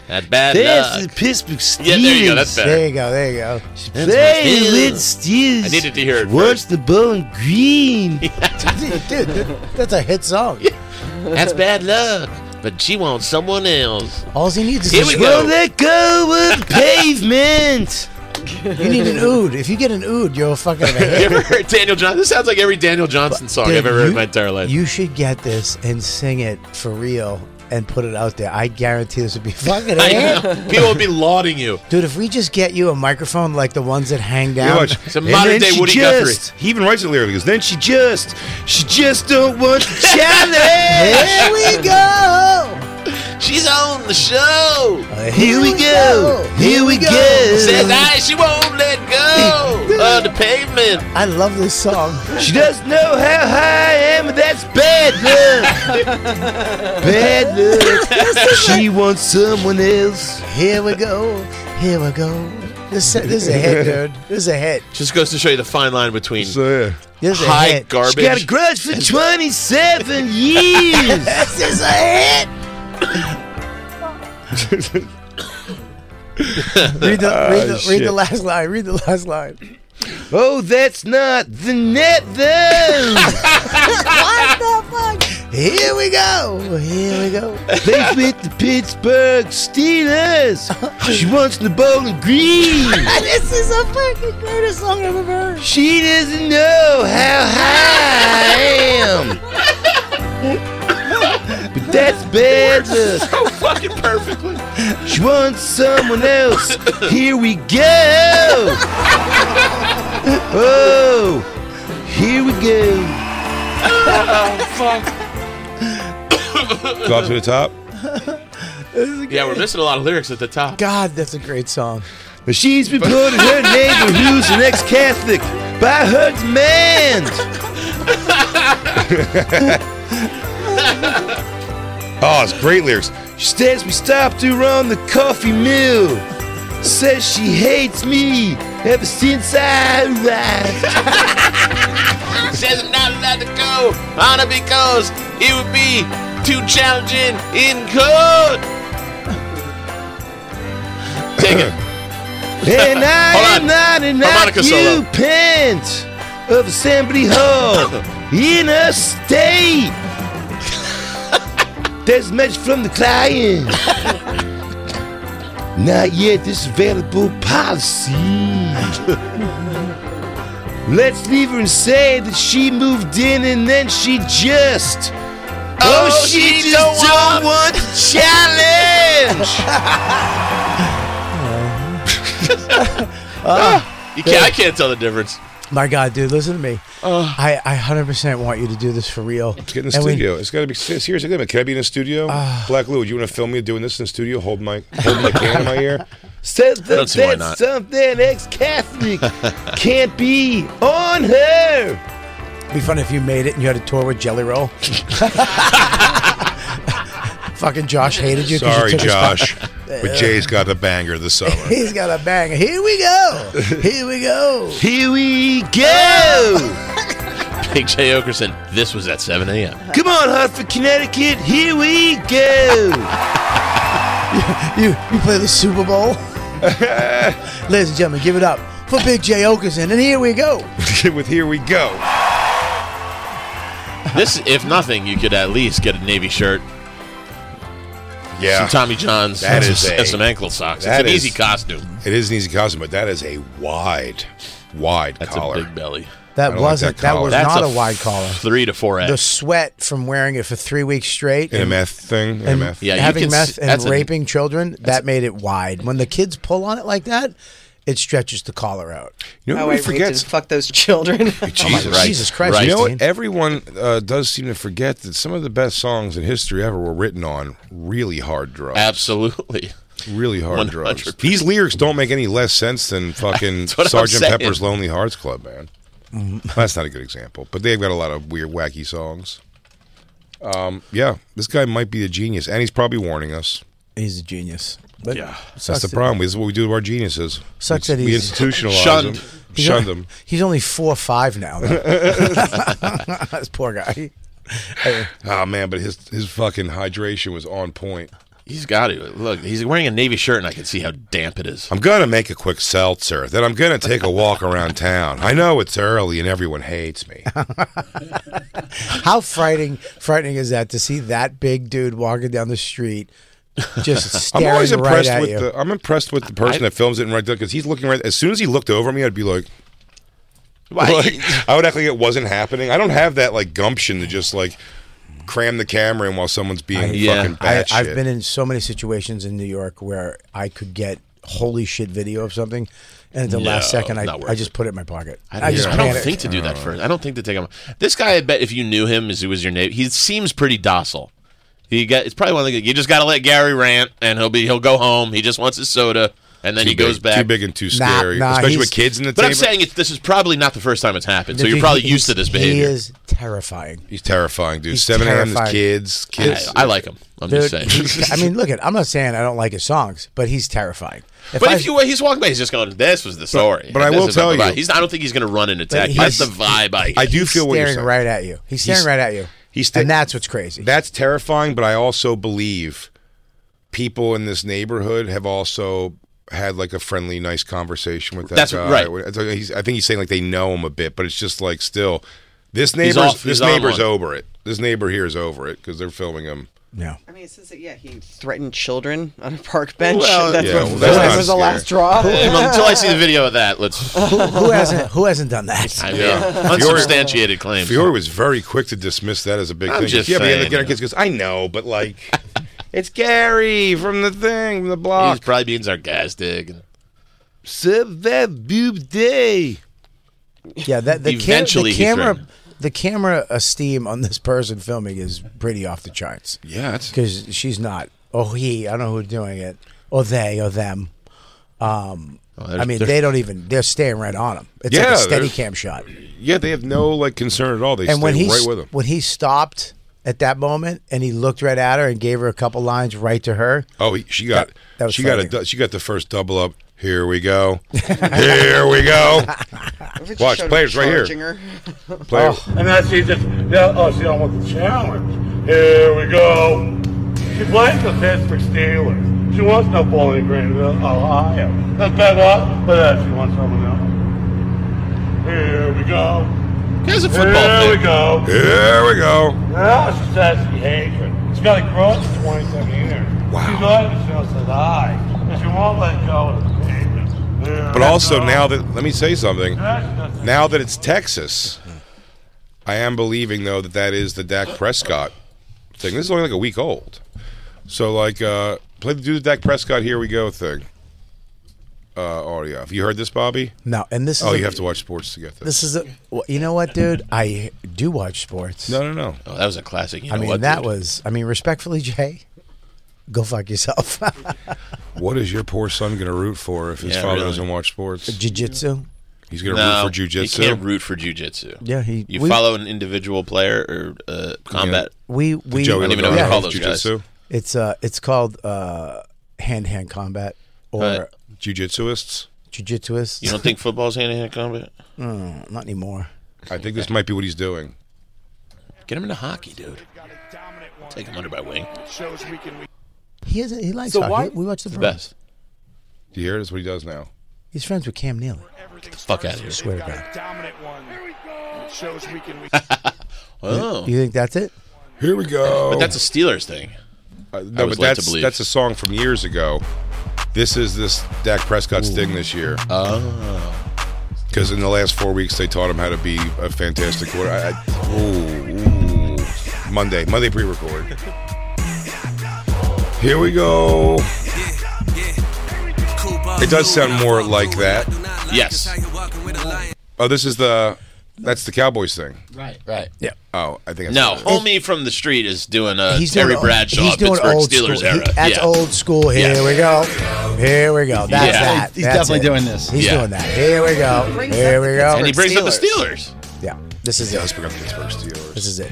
that bad luck. Pittsburgh yeah, there you go. That's There better. you go. There you go. That's my steel. Steelers. I needed to hear it What's the bone green? dude, dude, that- that's a hit song. That's bad luck. But she wants someone else. All he needs is Here a we sh- go. Won't let go of the pavement. you need an ood. If you get an ood, you're a fucking You ever heard Daniel Johnson? This sounds like every Daniel Johnson song Dude, I've ever heard you- in my entire life. You should get this and sing it for real and put it out there. I guarantee this would be fucking I hit. know. People would be lauding you. Dude, if we just get you a microphone like the ones that hang You know down. what? It's a modern then day she Woody just- He even writes it lyrically. Because then she Just, she just don't want the challenge. Here we go. Guthrie. She's on the show. Here we go. Here we Says go. I, she won't let go of the pavement. I love this song. She doesn't know how high I am, but that's bad luck. bad luck. She wants someone else. Here we go. Here we go. This, this is a hit, dude. This is a hit. Just goes to show you the fine line between So, yeah. This is a high hit. She got a garbage. grudge for 27 years. This is a hit. read, the, read, the, read the last line. Read the last line. Oh, that's not the net, though. what the fuck? Here we go. Here we go. Plays with the Pittsburgh Steelers. She wants the bowling green. this is the fucking greatest song I've ever heard. She doesn't know how high I am. but that's bad luck. so fucking perfectly. She wants someone else. Here we go. Oh, here we go. oh, fuck. Go up to the top. yeah, we're missing a lot of lyrics at the top. God, that's a great song. But she's been put in her neighbor who's an ex-Catholic by her demand. oh, it's great lyrics. She says we stopped her on the coffee mill. Says she hates me ever since I arrived. says I'm not allowed to go on it because it would be too challenging in code. Take it. And I am not an occupant of Assembly Hall in a state. There's a message from the client. not yet this available policy. Let's leave her and say that she moved in and then she just. Oh, oh she, she, just don't, don't want, want challenge. uh, you can't, I can't tell the difference. My God, dude, listen to me. Uh, I, I 100% want you to do this for real. Let's get in the and studio. We, it's got to be seriously. Wait Can I be in the studio? Uh, Black Lou, would you want to film me doing this in the studio? Hold my hold my can in my ear. Says that that's something ex-Catholic can't be on her. It'd be fun if you made it and you had a tour with Jelly Roll. Fucking Josh hated you. Sorry, you Josh. But Jay's got a banger this summer. He's got a banger. Here we go. Here we go. Here we go. Big Jay Okerson. This was at 7 a.m. Come on, Hartford, Connecticut. Here we go. you, you, you play the Super Bowl. Ladies and gentlemen, give it up for Big Jay Okerson. And here we go. With here we go. This, if nothing, you could at least get a Navy shirt. Yeah. Some Tommy John's that and, is some, a, and some ankle socks. It's an is, easy costume. It is an easy costume, but that is a wide, wide That's collar. a big belly. That wasn't. Like that, that, was That's not a a, wide collar. Three to four The X. sweat from wearing it for three weeks straight. and- MF thing. and MF. Yeah, you having can meth see- and that's a- raping children that made it wide. When the kids pull on it like that, it stretches the collar out. You know How what Oh, I we raped and forget? fucked those children. Right. Jesus, oh Jesus Christ, Right. You know Christine. what? Everyone uh, does seem to forget that some of the best songs in history ever were written on really hard drugs. Absolutely. Really hard drugs. 100%. These lyrics don't make any less sense than fucking what I'm Sergeant saying. Pepper's Lonely Hearts Club Band. Mm-hmm. That's not a good example, but they've got a lot of weird, wacky songs. Um, yeah, this guy might be a genius, and he's probably warning us. He's a genius. But Yeah. sucks That's the that- problem. This is what we do to our geniuses. Sucks we, that we he's- institutionalize Shunned. them, He's shunned only- them. He's only four five now. though. That's poor guy. Oh man, but his his fucking hydration was on point. He's got it. Look, he's wearing a navy shirt, and I can see how damp it is. I'm gonna make a quick seltzer. Then I'm gonna take a walk around town. I know it's early and everyone hates me. How frightening frightening is that to see that big dude walking down the street, just I'm staring always right impressed at with you? the I'm impressed with the person that films it and right there because he's looking right. As soon as he looked over at me, I'd be like, Why- like, I would act like it wasn't happening. I don't have that like gumption to just like cram the camera in while someone's being yeah. fucking I, batshit. I've been in so many situations in New York where I could get holy shit video of something, and at the last No, second, I, not worth I just it. put it in my pocket. I don't, just I don't panicked. think to do Oh. that first. I don't think to take him. This guy, I bet if you knew him as he was your neighbor, he seems pretty docile. He got it's probably one of the you just got to let Gary rant, and he'll be he'll go home. He just wants his soda, and then too he goes big, back. too big and too Nah, scary, nah, especially he's- with kids in the But I'm table. saying it's, this is probably not the first time it's happened, so you're He- probably he- used to this He behavior. is terrifying. he's terrifying, dude. He's Seven a.m. terrifying. kids, I, kids. I like him. I'm Dude, just saying. he's- I mean, look at. I'm not saying I don't like his songs, but he's terrifying. If but I- if you he's walking by, he's just going. This was the story. but I This will is the tell vibe." you- he's. I don't think he's going to run and attack. you. he's- That's the vibe I. Get. I do he's feel what you're staring saying. right at you. He's staring He's- right at you. he's sta- and that's what's crazy. That's terrifying, but I also believe people in this neighborhood have also had like a friendly, nice conversation with that That's guy. right. It's like he's- I think he's saying like they know him a bit, but it's just like still this He's neighbor's off- this he's on neighbor's one. over it. This neighbor here is over it because they're filming him. No. I mean, it says that, yeah, he threatened children on a park bench. Well, that's yeah, what, well, that that's was not the last straw. Hey, well, until I see the video of that, let's. who, Oh, who hasn't who hasn't done that? I mean, Yeah. unsubstantiated claims. Fiore was very quick to dismiss that as a big I'm thing. just yeah, but saying, the other you kid goes, I know, but like, it's Gary from the thing, from the He was block. probably being sarcastic. And Survive boob day. Yeah, that the, cam- Eventually the he camera threatened. the camera esteem on this person filming is pretty off the charts yeah, it's, because she's not. Oh, he. I don't know who's doing it. Or they. Or them. Um, Oh, there's- I mean, there's- they don't even. They're staying right on him. It's like Yeah, a steady there's- cam shot. yeah, they have no like concern at all. They and stay when he right s- with him. when he stopped at that moment and he looked right at her and gave her a couple lines right to her. Oh, he- she got That- that was she got a frightening. du- she got the first double up. Here we go. Here we go. Watch, players right here. Player. Oh. And then she just, yeah, oh, she don't want the challenge. Here we go. She blames the Pittsburgh Steelers. She wants no bowling green in Ohio. That's bad luck, but uh, she wants someone else. Here we go. Here's a football Here we thing. go. Here we go. Now she says she hates it. She's got a grudge for 27 years. Wow. She's not even sure that I. And she won't let go of the pavement. Here But we also go. now that let me say something. Now she doesn't Now that it's Texas, I am believing though that that is the Dak Prescott thing. This is only like a week old. So like uh play the do the Dak Prescott here we go thing. Uh audio. Have you heard this, Bobby? No, and this is Oh, a- you have to watch sports to get this. This is a, well, you know what, dude? I do watch sports. No, no, no. Oh, that was a classic. You I know mean what, that dude? was. I mean, respectfully, Jay, go fuck yourself. What is your poor son going to root for if his Yeah, father really. doesn't watch sports? Jiu-jitsu. He's going to No, root for jujitsu. You can't root for jujitsu. Yeah, he- You we- follow an individual player or uh, combat. We we Joey I don't even know what Logano you call with those guys. jujitsu. It's uh, it's called uh, hand-hand combat or Right. Jujitsuists. jujitsuist. You don't think football's hand in hand combat? Mm, not anymore. I think this might be what he's doing. Get him into hockey, dude. Take him under my wing. He is. He likes So hockey. why- we watch the, The Bruins. best. Do you hear? That's what he does now. He's friends with Cam Neely. Get the fuck out of here. Swear to God. Oh. You think that's it? Here we go. But that's a Steelers thing. Uh, I no, was but led to that's believe. that's a song from years ago. This is this Dak Prescott's thing this year. Oh. Because in the last four weeks, they taught him how to be a fantastic quarter. I, I, ooh, ooh. Monday, Monday pre-record. Here we go. It does sound more like that. Yes. Oh, this is the that's the Cowboys thing. Right. Right. Yeah. Oh, I think that's No, what it homie is. from the street is doing a He's Uh, Terry doing, Bradshaw He's doing Pittsburgh old Steelers school. era. He- that's yeah. old school. Here Yes. we go. Here we go. That's Yeah. that. He's That's definitely it. doing this. He's Yeah. doing that. Here we go. brings Here up we the go. And he brings up the Steelers. Yeah. This is Yeah, let's it. bring up the Pittsburgh Steelers. This is it.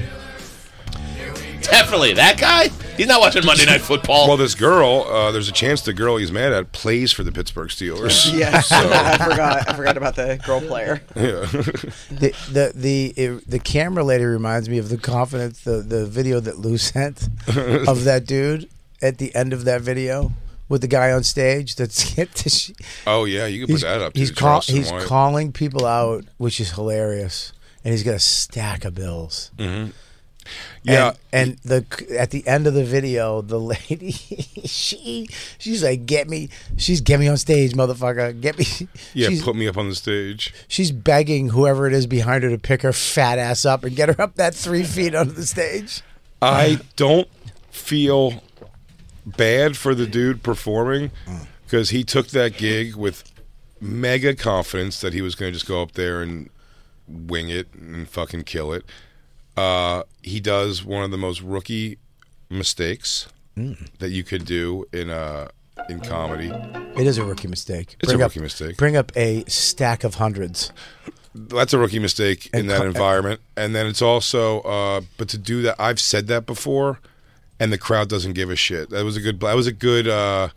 Definitely that guy. He's not watching Monday Night Football. Well, this girl, uh, there's a chance the girl he's mad at plays for the Pittsburgh Steelers. Yeah, So, I forgot. I forgot about the girl player. The the the, it, the camera lady reminds me of the confidence the the video that Lou sent of that dude at the end of that video with the guy on stage that's he's oh yeah, you can put that up. he's, dude. call, Charleston he's White. calling people out, which is hilarious, and he's got a stack of bills. Mm-hmm. Yeah, and, and the at the end of the video, the lady she she's like, "Get me, she's get me on stage, motherfucker, get me." yeah. she's, Put me up on the stage. she's begging whoever it is behind her to pick her fat ass up and get her up that three feet onto the stage. I don't feel bad for the dude performing because he took that gig with mega confidence that he was going to just go up there and wing it and fucking kill it. Uh, he does one of the most rookie mistakes that you could do in uh in comedy. It is a rookie mistake. It's a up- rookie mistake. Bring up a stack of hundreds. That's a rookie mistake in And that co- environment. And then it's also, uh, but to do that, I've said that before, and the crowd doesn't give a shit. That was a good. That was a good uh,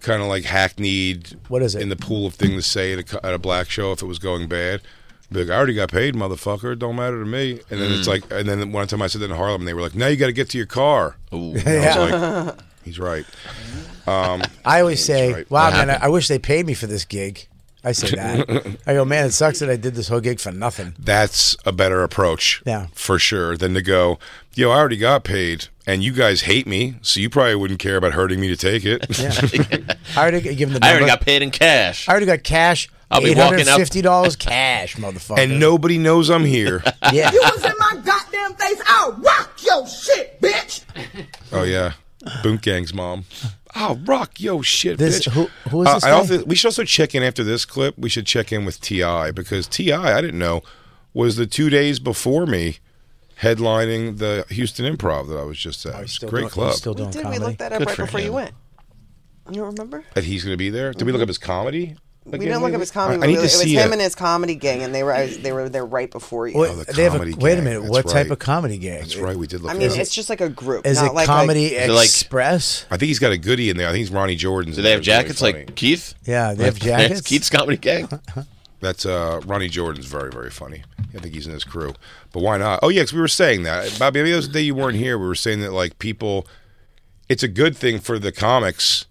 kind of like hackneyed. What is it? in the pool of thing to say at a, co- at a black show if it was going bad? Be like, I already got paid, motherfucker. It don't matter to me. And then it's like, and then one time I said that in Harlem, and they were like, "Now you got to get to your car." Ooh. And I was like, He's right. Um, I always say, right. "Wow, What man, I, happened? I wish they paid me for this gig." I say that. I go, "Man, it sucks that I did this whole gig for nothing." that's a better approach Yeah. for sure than to go yo i already got paid and you guys hate me so you probably wouldn't care about hurting me to take it I already g- give them the. I already number. got paid in cash. I already got cash. I'll be Eight walking hundred up- fifty dollars cash, motherfucker. and nobody knows i'm here yeah, You was in my goddamn face. I'll rock your shit, bitch. oh yeah boom gang's mom I'll rock yo shit, This- bitch. who- who is Uh, this I guy? also- we should also check in after this clip. We should check in with Ti because Ti, I didn't know, was the two days before me headlining the Houston Improv that I was just at. It's a great doing- Oh, he's club. still doing Did we comedy. look that up Good right for before you him. went? You don't remember? that he's going to be there. Did we look up his comedy? we didn't look up his comedy. I, I movie. need to it was see him it. and his comedy gang, and they were I was- they were there right before you. What- Oh, the they have a, comedy wait a gag. minute. That's what type right. of comedy gang? That's right. We did look. I it mean, up. it's just like a group. Is not it like comedy Like, Is it like- express? I think he's got a goodie in there. I think he's Ronnie Jordan's. Do they in have there. It's jackets really like funny. Keith? yeah, they have That's jackets. Keith's comedy gang. That's uh, Ronnie Jordan's very very funny. I think he's in his crew. But why not? Oh yeah, 'cause we were saying that, Bobby. Maybe that was the day you weren't here. We were saying that like people, it's a good thing for the comics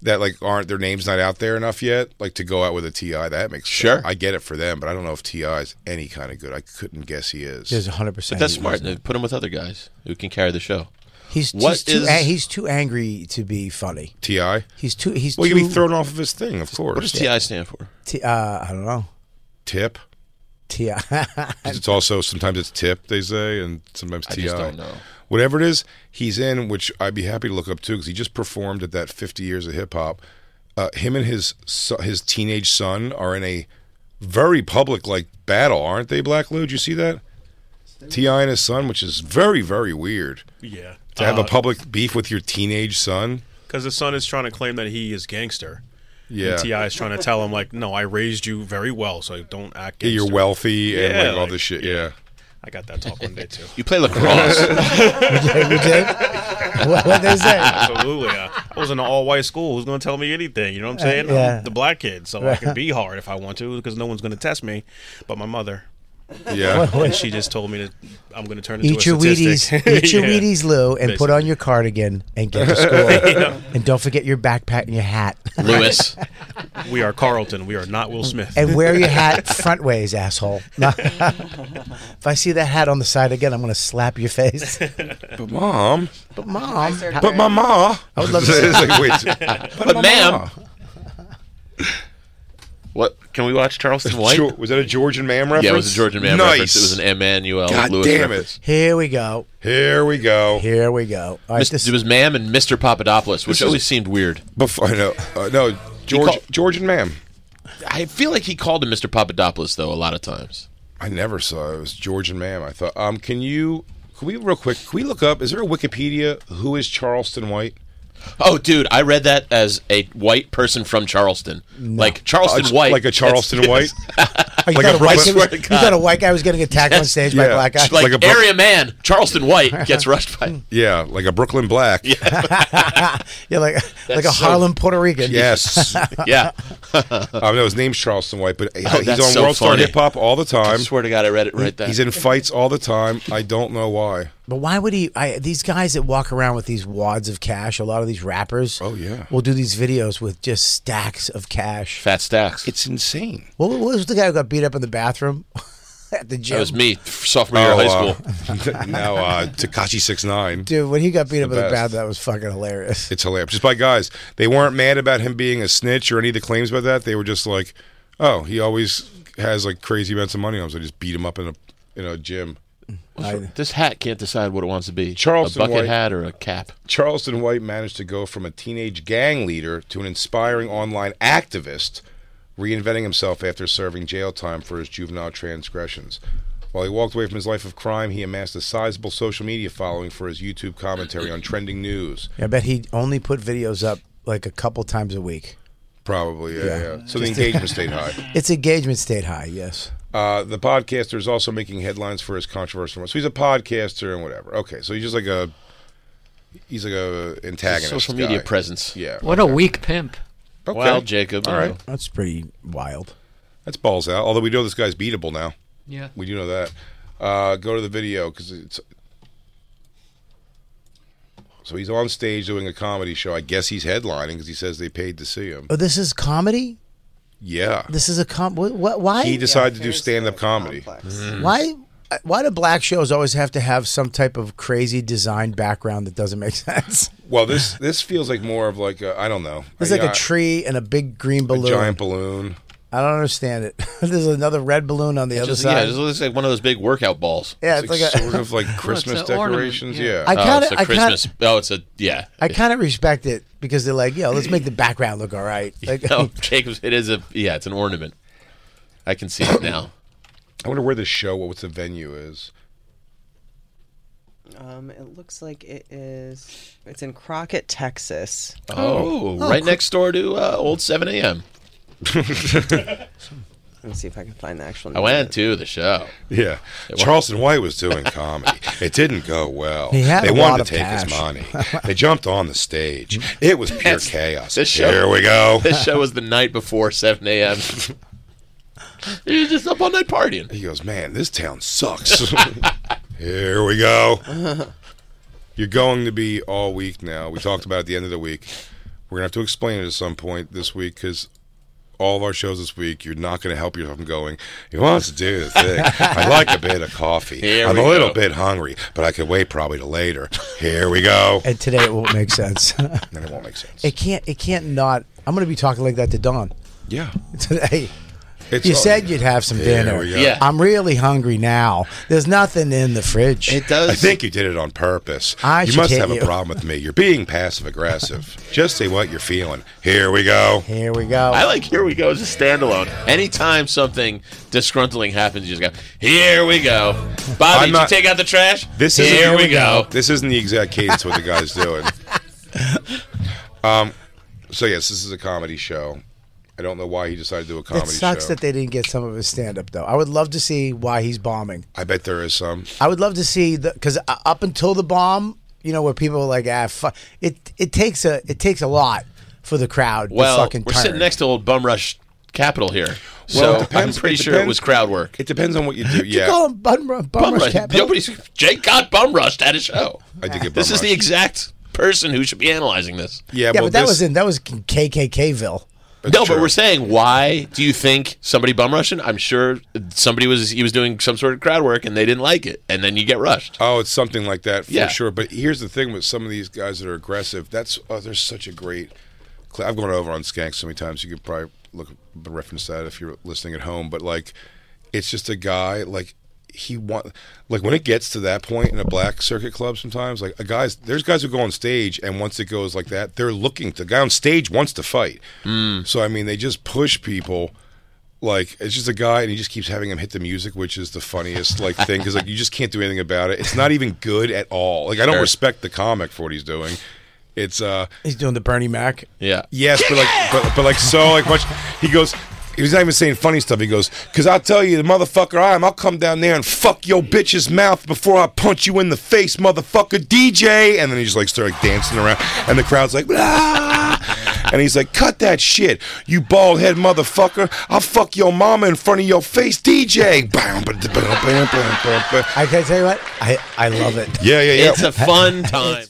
that like aren't their names not out there enough yet. Like to go out with a Ti, that makes Sure. sense. I get it for them, but I don't know if Ti is any kind of good. I couldn't guess he is. There's 100. percent But that's smart. They put him with other guys who can carry the show. He's, What he's too is- a- he's too angry to be funny. Ti. He's too he's Well, too. you'd be thrown off of his thing, of course. What does TI stand for? t- uh, I don't know. Tip. T. 'Cause it's also sometimes it's tip they say, and sometimes I ti. just don't know. Whatever it is, he's in, which I'd be happy to look up too, because he just performed at that 50 years of hip hop. Uh, him and his so- his teenage son are in a very public like battle, aren't they? Black Lou, did you see that? Ti and his son, which is very very weird Yeah. to have a Uh, public beef with your teenage son. Because the son is trying to claim that he is gangster. Yeah, And Ti is trying to tell him like, no, I raised you very well, so don't act. Gangster. Yeah, you're wealthy and Yeah, like all like- this shit. yeah. yeah. I got that talk one day too. You play lacrosse. you did. what what they say? Absolutely. I, I was in an all-white school. Who's going to tell me anything? You know what I'm saying? Uh, yeah. I'm the black kid, so I can be hard if I want to, because no one's going to test me. But my mother, Yeah. and she just told me that I'm going to turn into Eat a your Wheaties, statistic. eat your Yeah. Wheaties, Lou, and put on your cardigan and get to school. And don't forget your backpack and your hat, Lewis. We are Carlton. We are not Will Smith. and wear your hat front ways, asshole. No. if I see that hat on the side again, I'm gonna slap your face. But mom, But mom, but my ma. I would love to see- But ma'am. What can we watch Charleston White? Ge- was that a Georgian Mam reference? Yeah, it was a Georgian man nice. reference. It was an Emmanuel God Lewis damn reference. it! here we go. Here we go. Here we go. All right, Mis- this, it was Ma'am and Mr. Papadopoulos, which This is- always seemed weird. Before no, uh, no, George, called- Georgian Mam. I feel like he called him Mr. Papadopoulos though a lot of times. I never saw it. it was Georgian Mam. I thought, um, can you? Can we real quick? Can we look up? Is there a Wikipedia? Who is Charleston White? Oh, dude, I read that as a white person from Charleston, like Charleston Uh, White, like a Charleston That's- White, oh, you, like thought a white a Brooklyn- kid was- Swear to you God. thought a white guy was gonna get attacked on stage by yeah. a black guy. like, Like a Hmm. Bro- area man, Charleston White gets rushed by. yeah, like a Brooklyn Black. yeah, like like a so- Harlem Puerto Rican. Yes, I Yeah, know his name's Charleston White, but he's Oh, that's on so World Star funny. Hip Hop all the I time. swear to God, I read it right there. He's in fights all the time. I don't know why. But why would he? I, these guys that walk around with these wads of cash, a lot of these rappers. Oh, yeah. will do these videos with just stacks of cash. Fat Stacks. It's insane. What, what was the guy who got beat up in the bathroom at the gym? that was me, sophomore year of Oh, high school. school. now uh, Takashi six nine. Dude, when he got beat up the in the best. bathroom, that was fucking hilarious. It's hilarious. Just by guys. They weren't mad about him being a snitch or any of the claims about that. They were just like, oh, he always has like crazy amounts of money on him, so I just beat him up in a in a gym. I- This hat can't decide what it wants to be. Charleston a bucket White. hat or a cap. Charleston White managed to go from a teenage gang leader to an inspiring online activist, reinventing himself after serving jail time for his juvenile transgressions. While he walked away from his life of crime, he amassed a sizable social media following for his YouTube commentary on trending news. I bet he only put videos up like a couple times a week. Probably, yeah. Yeah. yeah. So the engagement stayed high. Its engagement stayed high. Yes. Uh, the podcaster is also making headlines for his controversial. So he's a podcaster and whatever. Okay, so he's just like a he's like a antagonist. Social media guy. presence. Yeah. What a weak pimp. Okay. Well, Jacob. All you right. know. That's pretty wild. That's balls out. Although we know this guy's beatable now. Yeah. We do know that. Uh, go to the video because it's. So he's on stage doing a comedy show. I guess he's headlining because he says they paid to see him. Oh, this is comedy. Yeah. This is a com. What? what why? He decided to do stand up comedy. Mm. Why? Why do black shows always have to have some type of crazy design background that doesn't make sense? Well, this this feels like more of like I I don't know. It's like a tree and a big green a balloon. giant balloon. I don't understand it. There's another red balloon on the other Just, yeah, side. it looks like one of those big workout balls. Yeah, it's It's like, like a- sort of like Christmas an ornament, decorations. Yeah. I oh, kinda- it's a I kinda- Christmas. oh, it's a yeah. I kind of respect it because they're like, yo, let's make the background look all right. Like, No, Jacob's. It is a yeah. It's an ornament. I can see it now. I wonder where the show, what the venue is. Um, it looks like it is. It's in Crockett, Texas. Oh, right next door to uh, old 7 a.m. Let's see if I can find the actual. I went to the show. Yeah, Charleston White was doing comedy. It didn't go well. He had they a wanted lot to of take cash. his money. They jumped on the stage. It was pure That's- chaos. This show. Here we go. This show was the night before 7 a.m. He was just up all night partying. He goes, man, this town sucks. Here we go. You're going to be all week now. We talked about it at the end of the week. We're gonna have to explain it at some point this week because all of our shows this week, you're not gonna help yourself from going. He wants to do the thing. I like a bit of coffee. Here I'm we a little go. bit hungry, but I could wait probably till later. Here we go. and today it won't make sense. Then it won't make sense. it can't. It can't not. I'm gonna be talking like that to Dawn Yeah. today. It's you all- said you'd have some There dinner. we go. Yeah. I'm really hungry now. There's nothing in the fridge. It I does. think you did it on purpose. I you should must hit have a you. problem with me. You're being passive aggressive. Just say what you're feeling. Here we go. Here we go. I like Here We Go as a standalone. Anytime something disgruntling happens, you just go, Here we go. Bobby, I'm did not- you take out the trash? This isn't- Here we go. This isn't the exact cadence what the guy's doing. Um, so yes, this is a comedy show. I don't know why he decided to do a it comedy sucks show. that they didn't get some of his stand up though. I would love to see why he's bombing. I bet there is some. I would love to see the because up until the bomb, you know, where people are like, ah, fuck, it it takes a it takes a lot for the crowd. to Well, fucking we're turn. sitting next to old Bum Rush Capital here. Well, it so depends- I'm pretty it sure it depends- was crowd work. It depends on what you do. You Yeah, call him bum, bum, Bum rush Rush. cat- Nobody's, Jake got bum rushed at a show. I did get This bum is the rushed. exact person who should be analyzing this. yeah, yeah. well, but that this- was in that was in KKKville. no, true. but we're saying why do you think somebody bum rushing? I'm sure somebody was he was doing some sort of crowd work and they didn't like it, and then you get rushed. Oh, it's something like that for Yeah. sure. But here's the thing with some of these guys that are aggressive. That's oh, there's such a great. cl- I've gone over on Skank so many times. You could probably look reference that if you're listening at home. But like, it's just a guy like he want like when it gets to that point in a black circuit club sometimes like a guys there's guys who go on stage and once it goes like that they're looking to the guy on stage wants to fight so i mean they just push people like it's just a guy and he just keeps having him hit the music which is the funniest like thing because like you just can't do anything about it it's not even good at all like i don't Sure. respect the comic for what he's doing it's uh He's doing the Bernie Mac. Yeah. yes but like but, but like so like much he goes he's not even saying funny stuff he goes because i'll tell you the motherfucker i am i'll come down there and fuck your bitch's mouth before i punch you in the face motherfucker dj and then he just like started like, dancing around and the crowd's like "Ah." And he's like, cut that shit, you bald head motherfucker. I'll fuck your mama in front of your face, DJ. Bam, ba- da- bam, bam, bam, bam, bam. I can I tell you what, I I love it. Yeah, yeah, yeah. It's a fun time.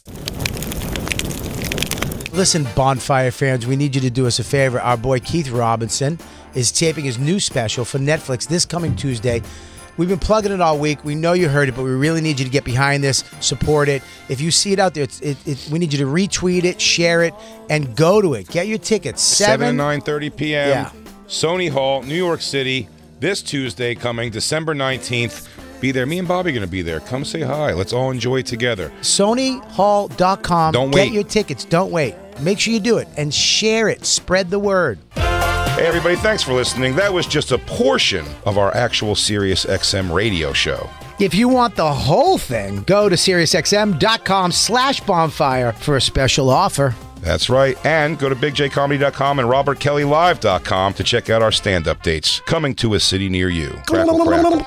Listen, Bonfire fans, we need you to do us a favor. Our boy Keith Robinson is taping his new special for Netflix this coming Tuesday. We've been plugging it all week. We know you heard it, but we really need you to get behind this, support it. If you see it out there, it's, it, it, we need you to retweet it, share it, and go to it. Get your tickets. 7 Seven. and 9.30 p.m. Yeah. Sony Hall, New York City, this Tuesday coming, December 19th. Be there. Me and Bobby going to be there. Come say hi. Let's all enjoy it together. SonyHall.com. Don't get wait. your tickets. Don't wait. Make sure you do it and share it. Spread the word. Hey, everybody. Thanks for listening. That was just a portion of our actual Sirius XM radio show. If you want the whole thing, go to SiriusXM.com slash bonfire for a special offer. That's right. And go to bigjcomedy.com and robertkellylive.com to check out our stand up dates coming to a city near you. Crackle, crackle.